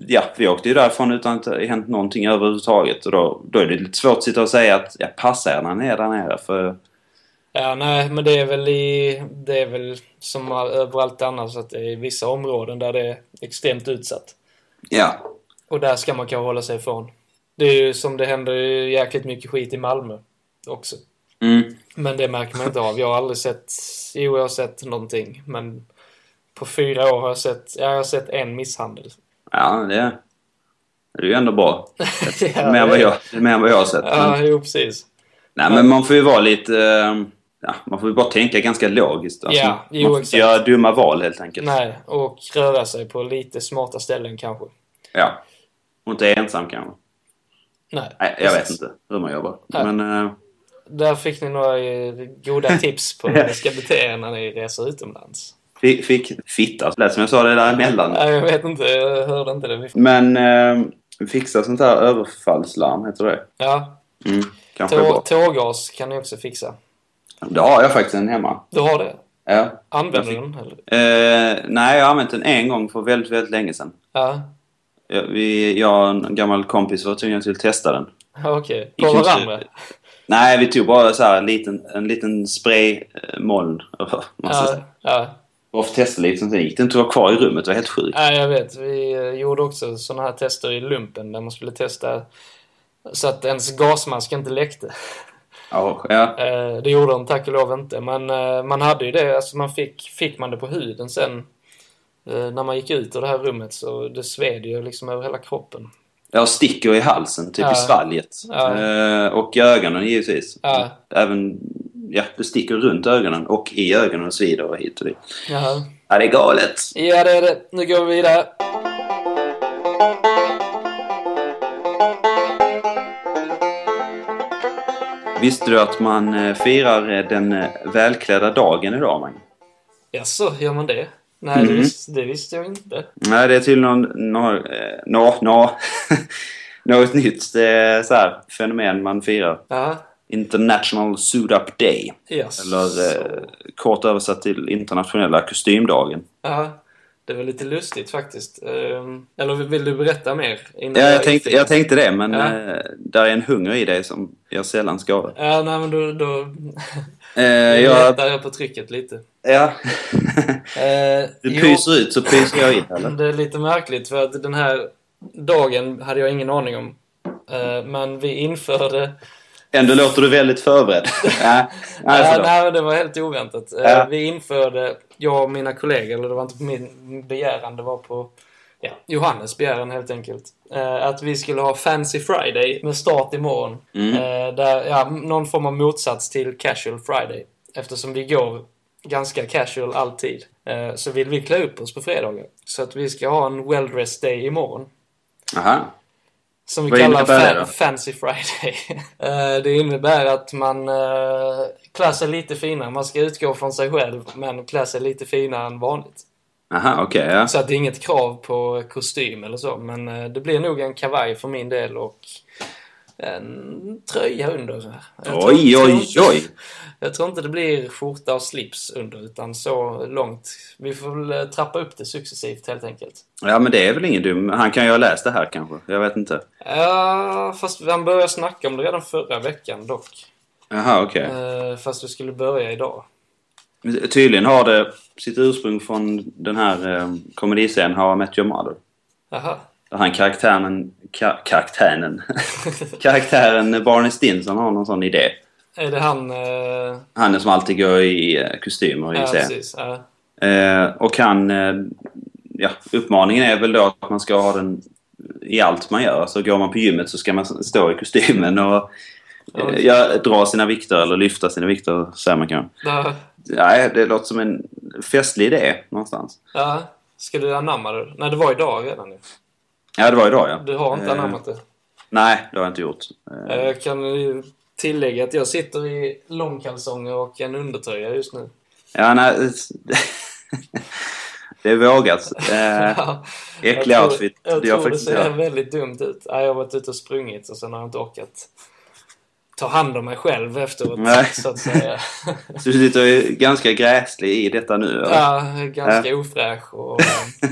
Speaker 2: ja, vi åkte ju därifrån utan att det hänt någonting överhuvudtaget. Och då, då är det lite svårt att sitta och säga att ja, passa er när ni är där nere. För,
Speaker 1: ja, nej, men det är väl i, det är väl som all- överallt annars att det är vissa områden där det är extremt utsatt.
Speaker 2: ja.
Speaker 1: Och där ska man kanske hålla sig ifrån. Det är ju som det händer ju jäkligt mycket skit i Malmö också.
Speaker 2: Mm.
Speaker 1: Men det märker man inte av. Jag har aldrig sett, jo jag har sett någonting, men på fyra år har jag sett, ja, jag har sett en misshandel.
Speaker 2: ja, det, det är ju ändå bra.
Speaker 1: Ja,
Speaker 2: Mer än vad
Speaker 1: det-
Speaker 2: jag, mer än vad jag har sett.
Speaker 1: Ja,
Speaker 2: Men,
Speaker 1: jo precis.
Speaker 2: nej, men man får ju vara lite... eh, Ja, man får ju bara tänka ganska logiskt. Alltså,
Speaker 1: Ja,
Speaker 2: man
Speaker 1: jo,
Speaker 2: får
Speaker 1: exakt.
Speaker 2: inte göra dumma val helt enkelt.
Speaker 1: Nej, och röra sig på lite smarta ställen kanske.
Speaker 2: Ja. Och inte ensam kanske.
Speaker 1: Nej,
Speaker 2: Nej, jag vet
Speaker 1: precis.
Speaker 2: inte hur man jobbar.
Speaker 1: Nej.
Speaker 2: Men, eh,
Speaker 1: Där fick ni några eh, goda tips på hur ni ska bete er när ni reser utomlands.
Speaker 2: fick, fick fitta, lät som jag sa det däremellan.
Speaker 1: Nej, jag vet inte, jag hörde inte det.
Speaker 2: Men eh, fixa sånt här överfallslarm, heter det
Speaker 1: Ja,
Speaker 2: mm, Kanske är
Speaker 1: tå-
Speaker 2: bra.
Speaker 1: tårgas kan ni också fixa.
Speaker 2: Det har jag faktiskt en hemma.
Speaker 1: Du har det?
Speaker 2: Ja.
Speaker 1: Använder du
Speaker 2: Jag
Speaker 1: den? Eller?
Speaker 2: Eh, nej, jag har använt den en gång för väldigt, väldigt länge sedan.
Speaker 1: Ja,
Speaker 2: Jag, vi, jag och en gammal kompis var tvungna till att testa den.
Speaker 1: okej.
Speaker 2: Vi
Speaker 1: På
Speaker 2: kanske-
Speaker 1: varandra?
Speaker 2: Nej, vi tog bara så här en liten, en liten eh, spraymoln. över massa
Speaker 1: Ja,
Speaker 2: saker.
Speaker 1: ja.
Speaker 2: Bara för att testa lite, sen gick det inte att vara kvar i rummet. Det var helt sjukt.
Speaker 1: ja, jag vet. Vi eh, gjorde också sådana här tester i lumpen där man skulle testa så att ens gasmask inte läckte.
Speaker 2: Ja, ja.
Speaker 1: Eh, Det gjorde den tack och lov inte, men eh, man hade ju det, alltså man fick, fick man det på huden sen eh, när man gick ut ur det här rummet så det sved ju liksom över hela kroppen.
Speaker 2: Jag sticker i halsen, typ
Speaker 1: Ja.
Speaker 2: i svalget.
Speaker 1: Ja.
Speaker 2: Eh, och i ögonen givetvis.
Speaker 1: Ja.
Speaker 2: Även, ja, det sticker runt ögonen och i ögonen och svider och hit och dit.
Speaker 1: Jaha.
Speaker 2: Ja, det är galet.
Speaker 1: Ja, det är det. Nu går vi vidare.
Speaker 2: Visste du att man eh, firar eh, den eh, välklädda dagen idag, Mange?
Speaker 1: Jaså, gör man det? Nej, det,
Speaker 2: Mhm.
Speaker 1: visste, det visste jag inte.
Speaker 2: Nej, det är till någon... nå eh, nå nå något nytt eh, så här, fenomen man firar.
Speaker 1: Ja,
Speaker 2: International Suit Up Day.
Speaker 1: yes.
Speaker 2: Eller eh, kort översatt till internationella kostymdagen.
Speaker 1: Ja, det var lite lustigt faktiskt. Ehm, Eller vill du berätta mer? Innan
Speaker 2: Ja, jag, tänkte, jag tänkte det, men
Speaker 1: Ja.
Speaker 2: eh, där är en hunger i dig som jag sällan skadar.
Speaker 1: Ja, nej men då... då
Speaker 2: Eh, jag,
Speaker 1: lättar jag på trycket lite.
Speaker 2: ja.
Speaker 1: Eh,
Speaker 2: du
Speaker 1: jo,
Speaker 2: pyser ut så pyser jag in. Eller?
Speaker 1: Det är lite märkligt för att den här dagen hade jag ingen aning om. Eh, Men vi införde...
Speaker 2: Ändå låter du väldigt förberedd. nej, nej,
Speaker 1: Nej,
Speaker 2: förlåt.
Speaker 1: nej, det var helt oväntat. Eh,
Speaker 2: Ja.
Speaker 1: Vi införde, jag och mina kollegor, eller det var inte på min begäran, det var på ja, Johannes begäran helt enkelt. Eh, Att vi skulle ha Fancy Friday med start imorgon.
Speaker 2: Mm.
Speaker 1: Eh, Där, ja, någon form av motsats till Casual Friday. Eftersom vi går ganska casual alltid. eh, Så vill vi klä upp oss på fredagar. Så att vi ska ha en well-dressed day imorgon.
Speaker 2: Aha.
Speaker 1: Som vi
Speaker 2: Vad
Speaker 1: kallar
Speaker 2: innebär det
Speaker 1: fan,
Speaker 2: då?
Speaker 1: Fancy Friday. Eh, det innebär att man uh, klär sig lite finare. Man ska utgå från sig själv, men klä sig lite finare än vanligt.
Speaker 2: Aha, okej. ja.
Speaker 1: Så att det är inget krav på kostym eller så, men eh, det blir nog en kavaj för min del och en tröja under. Jag tror-
Speaker 2: Oj,
Speaker 1: tror
Speaker 2: oj,
Speaker 1: inte-
Speaker 2: oj!
Speaker 1: Jag tror inte det blir skjorta och slips under, utan så långt. Vi får väl eh, trappa upp det successivt helt enkelt.
Speaker 2: Ja, men det är väl ingen dum... Han kan ju ha läst det här kanske. Jag vet inte.
Speaker 1: Ja, fast han började snacka om det redan förra veckan dock.
Speaker 2: Aha, okej.
Speaker 1: Eh, fast vi skulle börja idag.
Speaker 2: Men Tydligen har det sitt ursprung från den här eh, komediscenen How I Met Your Mother.
Speaker 1: Jaha.
Speaker 2: Där han karaktären... Ka, karaktären... karaktären Barney Stinson har någon sån idé.
Speaker 1: Är det han... eh,
Speaker 2: Han är som alltid går i eh, kostymer i
Speaker 1: ja,
Speaker 2: scen.
Speaker 1: precis. ja.
Speaker 2: Eh, och han... Eh, ja, uppmaningen är väl då att man ska ha den i allt man gör. Så går man på gymmet så ska man s- stå i kostymen och eh, ja, dra sina vikter eller lyfta sina vikter. Så här man kan.
Speaker 1: Ja,
Speaker 2: Nej, det låter som en festlig idé någonstans.
Speaker 1: ja. Ska du anamma det? Nej, det var idag redan nu.
Speaker 2: Ja, det var idag ja.
Speaker 1: Du har inte
Speaker 2: Eh,
Speaker 1: anammat det.
Speaker 2: Nej, det har jag inte gjort. Eh,
Speaker 1: Eh, Jag kan ju tillägga att jag sitter i långkalsonger och en undertröja just nu.
Speaker 2: Ja, nej. det- det är vågat. Eh,
Speaker 1: Ja, jag
Speaker 2: äcklig
Speaker 1: tror-
Speaker 2: outfit.
Speaker 1: Jag
Speaker 2: Det gör
Speaker 1: tror det
Speaker 2: faktiskt inte
Speaker 1: ser
Speaker 2: jag.
Speaker 1: väldigt dumt ut. Nej, Jag har varit ute och sprungit och sen har jag inte orkat ta hand om mig själv efteråt,
Speaker 2: Nej.
Speaker 1: så att säga.
Speaker 2: Så du sitter ju ganska gräslig i detta nu. eller?
Speaker 1: Ja, jag är ganska ofräsch och eh,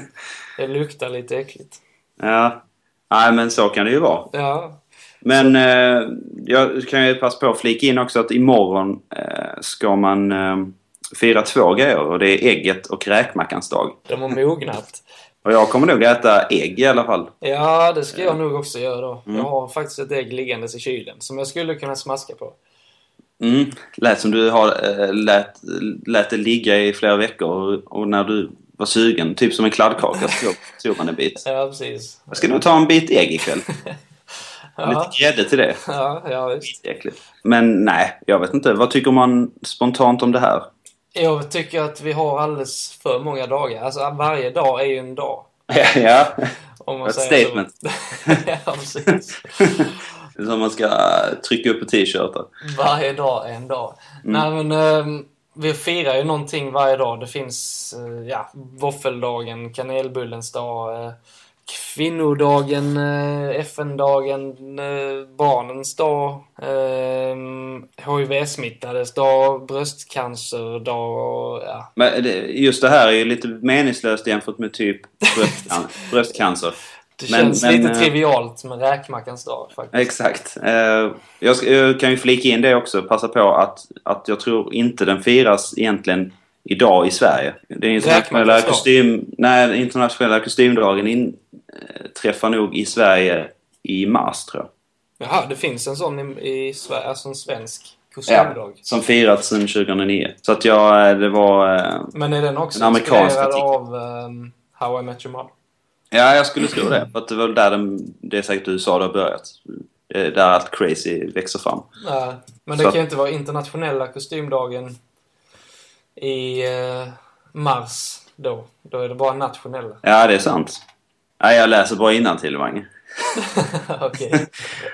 Speaker 1: det luktar lite äckligt.
Speaker 2: ja. Nej, men så kan det ju vara.
Speaker 1: Ja,
Speaker 2: Men eh, jag kan ju passa på att flika in också att imorgon eh, ska man eh, fira två grejer och det är ägget och räkmackans dag.
Speaker 1: de har mognat.
Speaker 2: Och jag kommer nog äta ägg i alla fall.
Speaker 1: Ja, det ska jag nog också göra då.
Speaker 2: Mm.
Speaker 1: Jag har faktiskt ett ägg liggandes i kylen som jag skulle kunna smaska på.
Speaker 2: Mm. Lät som du har, eh, lät, lät det ligga i flera veckor och, och när du var sugen, typ som en kladdkaka, så tog man en bit.
Speaker 1: Ja, precis.
Speaker 2: Jag ska nog ta en bit ägg ikväll.
Speaker 1: Ja,
Speaker 2: Lite grädde till det.
Speaker 1: ja, ja visst.
Speaker 2: Äckligt. Men nej, jag vet inte. Vad tycker man spontant om det här?
Speaker 1: Jag tycker att vi har alldeles för många dagar. Alltså varje dag är ju en dag.
Speaker 2: ja,
Speaker 1: Om man
Speaker 2: Ett
Speaker 1: säger
Speaker 2: statement.
Speaker 1: Så. ja, precis.
Speaker 2: det är som man ska trycka upp på t-shirtar.
Speaker 1: Varje dag är en dag.
Speaker 2: Mm.
Speaker 1: Nej, men, ehm, vi firar ju någonting varje dag. Det finns eh, ja, våffeldagen, kanelbullens dag, eh, kvinnodagen, eh, FN-dagen, eh, barnens dag, ehm, HIV-smittades dag, bröstcancerdag och ja.
Speaker 2: Men det- just det här är ju lite meningslöst jämfört med typ bröstcan- bröstcancer.
Speaker 1: Det
Speaker 2: Men-
Speaker 1: känns
Speaker 2: men,
Speaker 1: lite
Speaker 2: eh,
Speaker 1: trivialt med räkmackans dag faktiskt.
Speaker 2: Exakt. Eh, Jag, ska, jag kan ju flika in det också, passa på att, att jag tror inte den firas egentligen idag i Sverige. Den internationella,
Speaker 1: Räkmackas dag.
Speaker 2: kostym, nej, den internationella kostymdagen in, eh, träffar nog i Sverige i mars tror jag.
Speaker 1: Jaha, det finns en sån i, i Sverige, alltså en svensk. Kostymdag.
Speaker 2: som firats sedan 2009. Så att jag, eh, det var... eh,
Speaker 1: Men är den också
Speaker 2: Den amerikanska
Speaker 1: inspirerad
Speaker 2: artikeln.
Speaker 1: av ehm, How I Met Your Mother?
Speaker 2: Ja, jag skulle tro det. För att det var där den, det är säkert USA det har börjat. Det är där allt crazy växer fram.
Speaker 1: Nej, men det
Speaker 2: Så-
Speaker 1: kan ju inte vara internationella kostymdagen i eh, mars då. Då är det bara nationella.
Speaker 2: Ja, det är sant. Nej, jag läser bara innantill, Mange.
Speaker 1: Okej.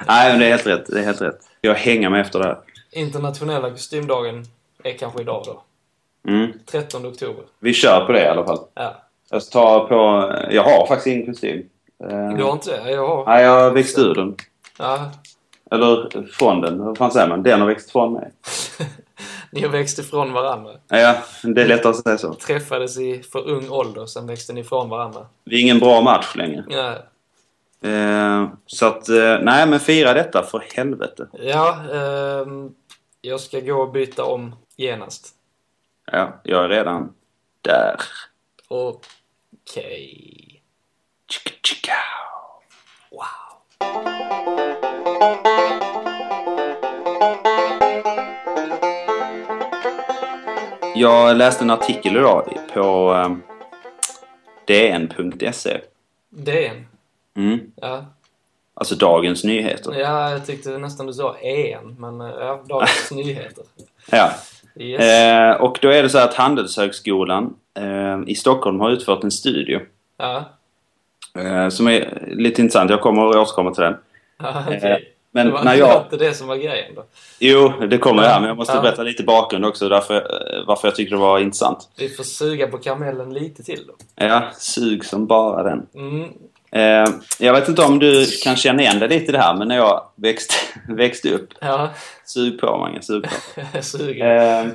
Speaker 2: Nej, men det är helt rätt. Det är helt rätt. Jag hänger med efter det här.
Speaker 1: Internationella kostymdagen är kanske idag då.
Speaker 2: Mm.
Speaker 1: 13 oktober.
Speaker 2: Vi kör på det i alla fall.
Speaker 1: Ja.
Speaker 2: Jag tar på... Jag har faktiskt ingen kostym. Eh,
Speaker 1: Du har inte det? Jag har.
Speaker 2: Nej, jag har växt ur den.
Speaker 1: Ja.
Speaker 2: Eller från den. Vad fan säger man? Den har växt från mig.
Speaker 1: Ni har växt ifrån varandra.
Speaker 2: Ja, Ja, det är lättare att säga så.
Speaker 1: Träffades i för ung ålder, sen växte ni ifrån varandra.
Speaker 2: Vi är ingen bra match längre.
Speaker 1: Ja,
Speaker 2: Eh, så att... Eh, nej, men fira detta för helvete.
Speaker 1: ja ehm, jag ska gå och byta om genast.
Speaker 2: Ja, jag är redan där.
Speaker 1: Okej.
Speaker 2: Tjicka, tjicka.
Speaker 1: Wow.
Speaker 2: Jag läste en artikel idag på eh, DN.se.
Speaker 1: DN.
Speaker 2: Mm.
Speaker 1: Ja.
Speaker 2: Alltså Dagens Nyheter.
Speaker 1: ja, jag tyckte nästan du sa EN, men eh, ja, Dagens Nyheter.
Speaker 2: Ja.
Speaker 1: Yes.
Speaker 2: Eh, och då är det så att Handelshögskolan eh, i Stockholm har utfört en studie
Speaker 1: Ja.
Speaker 2: eh, som är lite intressant. Jag kommer att återkomma till den.
Speaker 1: Ja,
Speaker 2: Eh,
Speaker 1: okej.
Speaker 2: men
Speaker 1: det var
Speaker 2: när jag...
Speaker 1: inte det som var grejen då.
Speaker 2: Jo, det kommer jag. Men jag måste
Speaker 1: Ja.
Speaker 2: berätta lite bakgrund också därför, eh, varför jag tycker det var intressant.
Speaker 1: Vi får suga på karamellen lite till då.
Speaker 2: Ja, sug som bara den.
Speaker 1: Mm.
Speaker 2: Eh, jag vet inte om du kan känna igen dig lite i det här, men när jag växte, växte upp...
Speaker 1: Ja,
Speaker 2: Sug på, Mange. Sug på.
Speaker 1: suger.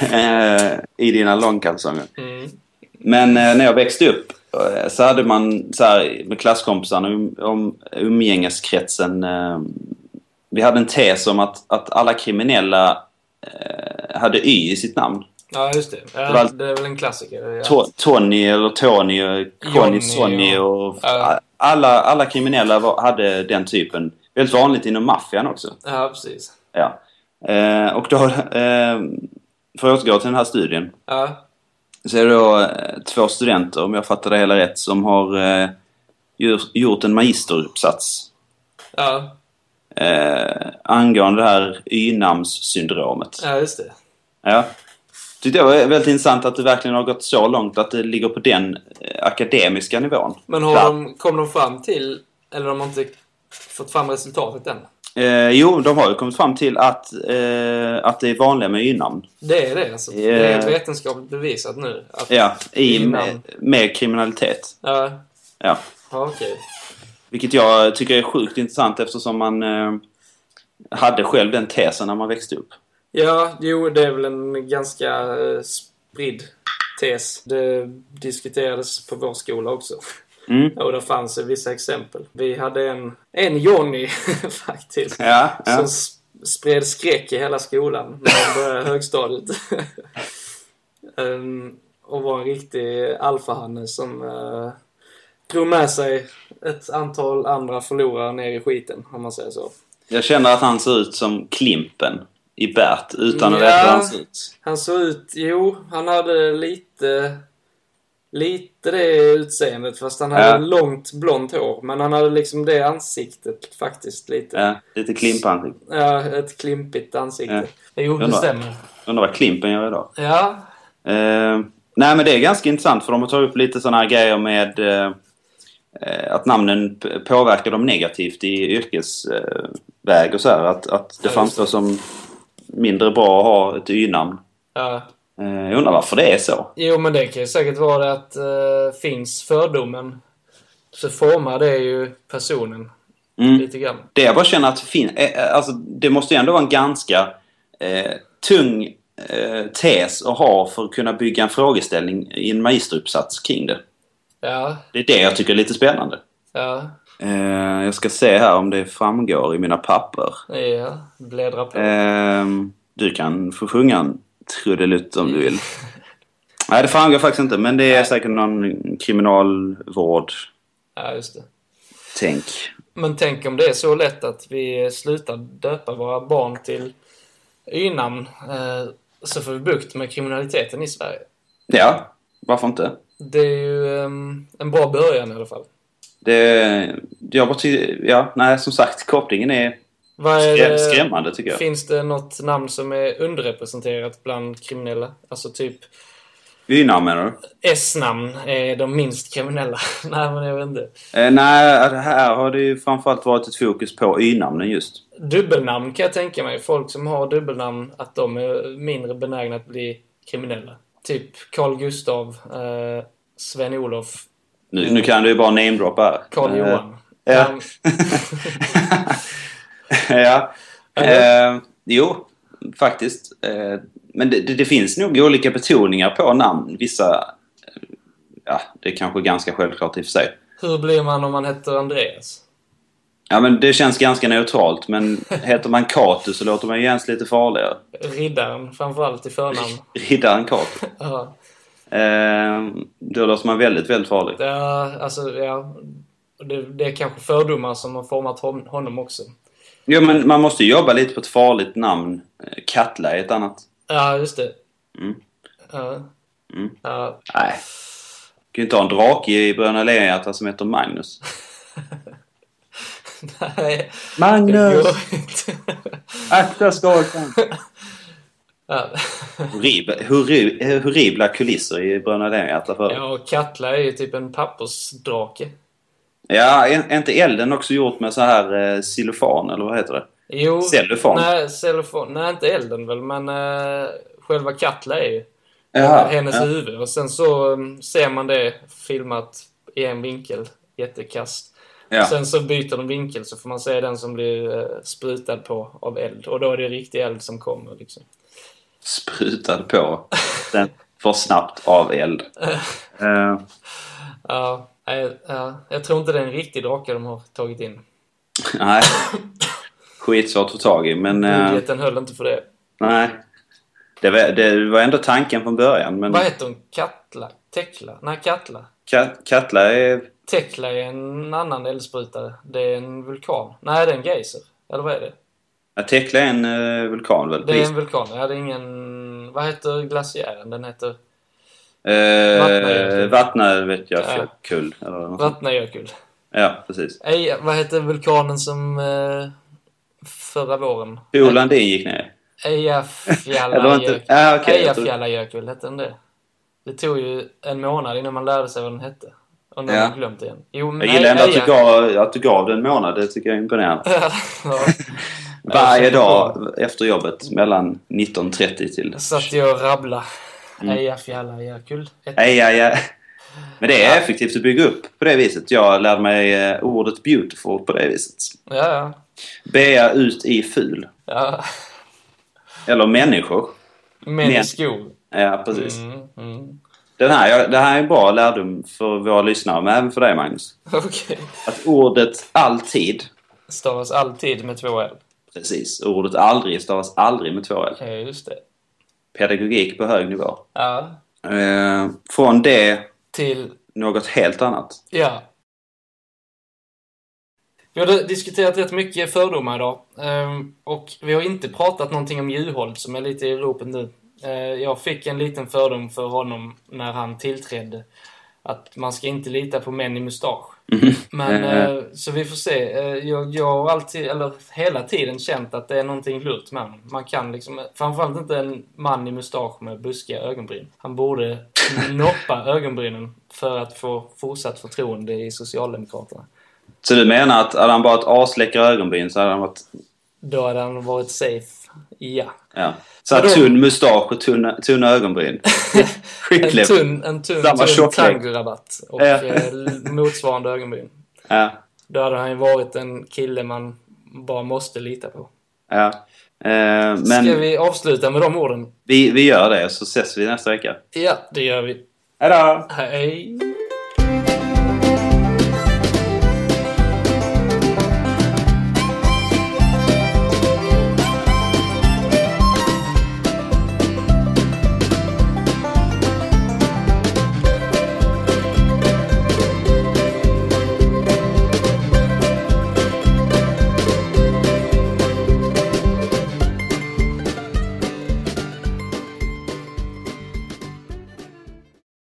Speaker 2: Eh, eh, I dina långkalsonger.
Speaker 1: Mm.
Speaker 2: Men eh, när jag växte upp eh, så hade man så här, med klasskompisarna um, om umgängeskretsen... Eh, vi hade en tes om att, att alla kriminella eh, hade Y i sitt namn.
Speaker 1: Ja, just det.
Speaker 2: Det var-
Speaker 1: Ja, det är väl en klassiker. Ja.
Speaker 2: To- Tony eller Tony och Conny,
Speaker 1: Johnny
Speaker 2: Sonny
Speaker 1: och-
Speaker 2: och...
Speaker 1: Ja.
Speaker 2: Alla, alla kriminella var, hade den typen. Väldigt vanligt inom maffian också.
Speaker 1: Ja, precis.
Speaker 2: Ja. Eh, och då, eh, för att återgå till den här studien,
Speaker 1: Ja,
Speaker 2: så är det då eh, två studenter, om jag fattar det hela rätt, som har eh, gjort, gjort en magisteruppsats
Speaker 1: ja,
Speaker 2: eh, angående det här Y-namnssyndromet.
Speaker 1: ja just det.
Speaker 2: Ja. Tyckte jag var väldigt intressant att det verkligen har gått så långt att det ligger på den eh, akademiska nivån.
Speaker 1: Men har
Speaker 2: Ja.
Speaker 1: de, kom de fram till, eller de har inte fått fram resultatet än?
Speaker 2: Eh, jo, de har ju kommit fram till att, eh, att det är vanliga med Y-namn.
Speaker 1: Det är det alltså.
Speaker 2: Ja.
Speaker 1: Det är helt vetenskapligt bevisat nu. Att,
Speaker 2: Eh. Ja, i, med,
Speaker 1: Y-namn.
Speaker 2: med kriminalitet.
Speaker 1: ja,
Speaker 2: Ja.
Speaker 1: ja okej.
Speaker 2: Vilket jag tycker är sjukt intressant eftersom man eh, hade själv den tesen när man växte upp.
Speaker 1: Ja, jo, det är väl en ganska eh, spridd tes. Det diskuterades på vår skola också.
Speaker 2: Mm.
Speaker 1: Och där fanns det vissa exempel. Vi hade en, en Johnny faktiskt.
Speaker 2: Ja, ja.
Speaker 1: Som s- spred skräck i hela skolan när de började högstadiet. Ehm, och var en riktig alfahanne som uh, drog med sig ett antal andra förlorare ner i skiten, om man säger så.
Speaker 2: Jag känner att han ser ut som Klimpen i Bert utan att
Speaker 1: Ja.
Speaker 2: veta hur han ser ut.
Speaker 1: Han såg ut, jo, han hade lite, lite det utseendet fast han hade
Speaker 2: Ja.
Speaker 1: långt blont hår. Men han hade liksom det ansiktet faktiskt lite. Ja,
Speaker 2: Ja, lite Klimpan.
Speaker 1: ett klimpigt ansikte.
Speaker 2: Ja.
Speaker 1: Jo, det
Speaker 2: Undrar.
Speaker 1: stämmer.
Speaker 2: Undrar vad Klimpen gör idag.
Speaker 1: Ja,
Speaker 2: Eh, nej, men det är ganska intressant för de har tagit upp lite sådana här grejer med eh, eh, att namnen p- påverkar dem negativt i yrkesväg och så här. Att, att det
Speaker 1: Ja,
Speaker 2: framstår som mindre bra att ha ett Y-namn.
Speaker 1: ja.
Speaker 2: Eh, jag undrar varför det är så.
Speaker 1: Jo, men det kan ju säkert vara det att eh, finns fördomen så formar det ju personen
Speaker 2: Mm.
Speaker 1: lite grann.
Speaker 2: Det jag bara känner att fin- eh, eh, alltså, det måste ju ändå vara en ganska eh, tung eh, tes att ha för att kunna bygga en frågeställning i en magisteruppsats kring det.
Speaker 1: Ja,
Speaker 2: Det är det jag tycker är lite spännande.
Speaker 1: ja,
Speaker 2: Eh, jag ska se här om det framgår i mina papper.
Speaker 1: ja. Bläddra på.
Speaker 2: Ehm, du kan få sjunga en trudelutt om du vill. Nej, det framgår faktiskt inte, men det är säkert någon kriminalvård-tänk.
Speaker 1: Ja, just det. Men tänk om det är så lätt att vi slutar döpa våra barn till y-namn eh, så får vi bukt med kriminaliteten i Sverige.
Speaker 2: Ja, varför inte?
Speaker 1: Det är ju ehm, en bra början i alla fall.
Speaker 2: Det, jag bara ty- ja, nej som sagt kopplingen är
Speaker 1: Vad är
Speaker 2: skrä-
Speaker 1: det-
Speaker 2: skrämmande tycker jag.
Speaker 1: Finns det något namn som är underrepresenterat bland kriminella? Alltså typ
Speaker 2: Y-namn menar du?
Speaker 1: S-namn är de minst kriminella. Nej, men jag vet inte.
Speaker 2: Eh, nej, det här har det ju framförallt varit ett fokus på y-namnen just.
Speaker 1: Dubbelnamn kan jag tänka mig. Folk som har dubbelnamn, att de är mindre benägna att bli kriminella. Typ Carl Gustav, eh, Sven-Olof,
Speaker 2: Nu, nu kan du ju bara namedroppa här.
Speaker 1: Carl
Speaker 2: Eh,
Speaker 1: Johan.
Speaker 2: ja.
Speaker 1: Um,
Speaker 2: ja.
Speaker 1: Eller?
Speaker 2: Eh, jo, faktiskt. Eh, men det, det, det finns nog olika betoningar på namn. Vissa... eh, Ja, det är kanske ganska självklart i och för sig.
Speaker 1: hur blir man om man heter Andreas?
Speaker 2: Ja, men det känns ganska neutralt. Men heter man Katu så låter man ju ens lite farligare.
Speaker 1: Riddaren, framförallt i förnamn.
Speaker 2: Riddaren Katu.
Speaker 1: Ja,
Speaker 2: Eh, då låter man väldigt, väldigt farlig.
Speaker 1: det är, alltså, ja. Det, det är kanske fördomar som har format hon, honom också.
Speaker 2: Jo, men man måste ju jobba lite på ett farligt namn. Eh, Katla är ett annat.
Speaker 1: Ja, just det.
Speaker 2: Mm.
Speaker 1: Ja.
Speaker 2: Mm.
Speaker 1: Ja.
Speaker 2: Nej. Du kan ju inte ha en drake i Bröderna Lejonhjärta som heter Magnus.
Speaker 1: Nej, det
Speaker 2: Magnus!
Speaker 1: går inte.
Speaker 2: Akta skalkan!
Speaker 1: Ja.
Speaker 2: Horribla, horri- eh, horribla kulisser i Bröderna Lejonhjärta förr. Ja,
Speaker 1: Ja, och Katla är ju typ en pappersdrake.
Speaker 2: är är inte elden också gjort med så här eh, xylofan, eller vad heter det?
Speaker 1: Jo,
Speaker 2: Cellofan.
Speaker 1: Nej, cellofon. Nej, inte elden väl, men eh, själva Katla är ju
Speaker 2: Jaha,
Speaker 1: hennes
Speaker 2: ja.
Speaker 1: huvud. Och sen så um, ser man det filmat i en vinkel, jättekast.
Speaker 2: Ja.
Speaker 1: Sen så byter de vinkel så får man se den som blir eh, sprutad på av eld. Och då är det riktig eld som kommer liksom.
Speaker 2: Sprutad på. Den för snabbt av eld. Eh,
Speaker 1: Ja, nej, ja, jag tror inte det är en riktig drake de har tagit in.
Speaker 2: nej. Skitsvårt att få tag i, men... eh,
Speaker 1: Budgeten höll inte för det.
Speaker 2: nej. Det var, det var ändå tanken från början, men...
Speaker 1: Vad heter hon? Katla? Tekla? Nej, Katla.
Speaker 2: Ka- Katla är...
Speaker 1: Tekla är en annan eldsprutare. Det är en vulkan. Nej, det är en geyser. Eller vad är det?
Speaker 2: Ja, Tekla är en eh, vulkan väl?
Speaker 1: Det är en
Speaker 2: Precis.
Speaker 1: vulkan. Ja, det är ingen... Vad heter glaciären? Den heter Vatnajökull.
Speaker 2: Eh, Vatna vet jag,
Speaker 1: Ja.
Speaker 2: fjällkull. Eller något sånt.
Speaker 1: Vatnajökull.
Speaker 2: Ja, precis.
Speaker 1: Nej, vad heter vulkanen som... Eh, förra våren?
Speaker 2: Bo Landin gick ner. Eller var inte...
Speaker 1: Eyjafjallajökull.
Speaker 2: Ah, okej. jag tror-
Speaker 1: Eyjafjallajökull hette den det. Det tog ju en månad innan man lärde sig vad den hette. Och nu
Speaker 2: Ja.
Speaker 1: har man glömt igen. Jo, men
Speaker 2: Jag gillar ändå att du,
Speaker 1: Eja-
Speaker 2: gav, att du gav den en månad. Det tycker jag är imponerande.
Speaker 1: Ja.
Speaker 2: Varje
Speaker 1: jag
Speaker 2: dag efter jobbet mellan 19.30 till...
Speaker 1: Satt jag och rabblade.
Speaker 2: Mm.
Speaker 1: Eyjafjallajökull. hette-
Speaker 2: Nej, ja, ja. Men det är effektivt att bygga upp på det viset. Jag lärde mig eh, ordet beautiful på det viset.
Speaker 1: Ja, ja.
Speaker 2: Bea ut i ful.
Speaker 1: Ja,
Speaker 2: Eller människor.
Speaker 1: men i
Speaker 2: Men-
Speaker 1: skog.
Speaker 2: Ja, precis.
Speaker 1: Mm, mm.
Speaker 2: Den här, jag- det här är en bra lärdom för våra lyssnare, men även för dig Magnus.
Speaker 1: Okej.
Speaker 2: Att ordet alltid,
Speaker 1: Stavas alltid med två L.
Speaker 2: precis, ordet aldrig stavas aldrig med två L.
Speaker 1: Ja, just det.
Speaker 2: Pedagogik på hög nivå.
Speaker 1: Ja.
Speaker 2: Eh, från det,
Speaker 1: Till...
Speaker 2: något helt annat.
Speaker 1: Ja. Vi har diskuterat rätt mycket fördomar idag. Ehm, Och vi har inte pratat någonting om Juholt som är lite i ropet nu. Eh, Jag fick en liten fördom för honom när han tillträdde. Att man ska inte lita på män i mustasch. Men,
Speaker 2: Eh.
Speaker 1: eh, så vi får se. Eh, jag, jag har alltid, eller hela tiden känt att det är någonting lurt med honom. Man kan liksom, framförallt inte en man i mustasch med buskiga ögonbryn. Han borde noppa ögonbrynen för att få fortsatt förtroende i Socialdemokraterna.
Speaker 2: Så du menar att hade han bara ett asläckra ögonbryn så hade han varit...
Speaker 1: Då hade han varit safe. Ja.
Speaker 2: Ja. Så här
Speaker 1: Vadå?
Speaker 2: tunn mustasch och tunna, tunna ögonbryn.
Speaker 1: En
Speaker 2: Skicklig.
Speaker 1: tunn, en tunn,
Speaker 2: Samma
Speaker 1: tunn
Speaker 2: tjocklek.
Speaker 1: tangorabatt och
Speaker 2: Ja.
Speaker 1: eh, motsvarande ögonbryn.
Speaker 2: Ja,
Speaker 1: Då hade han ju varit en kille man bara måste lita på.
Speaker 2: ja. Eh, men
Speaker 1: Ska
Speaker 2: vi...
Speaker 1: vi avsluta med de orden?
Speaker 2: Vi, gör det, så ses vi nästa vecka.
Speaker 1: Ja, det gör vi.
Speaker 2: Hejdå!
Speaker 1: Hej!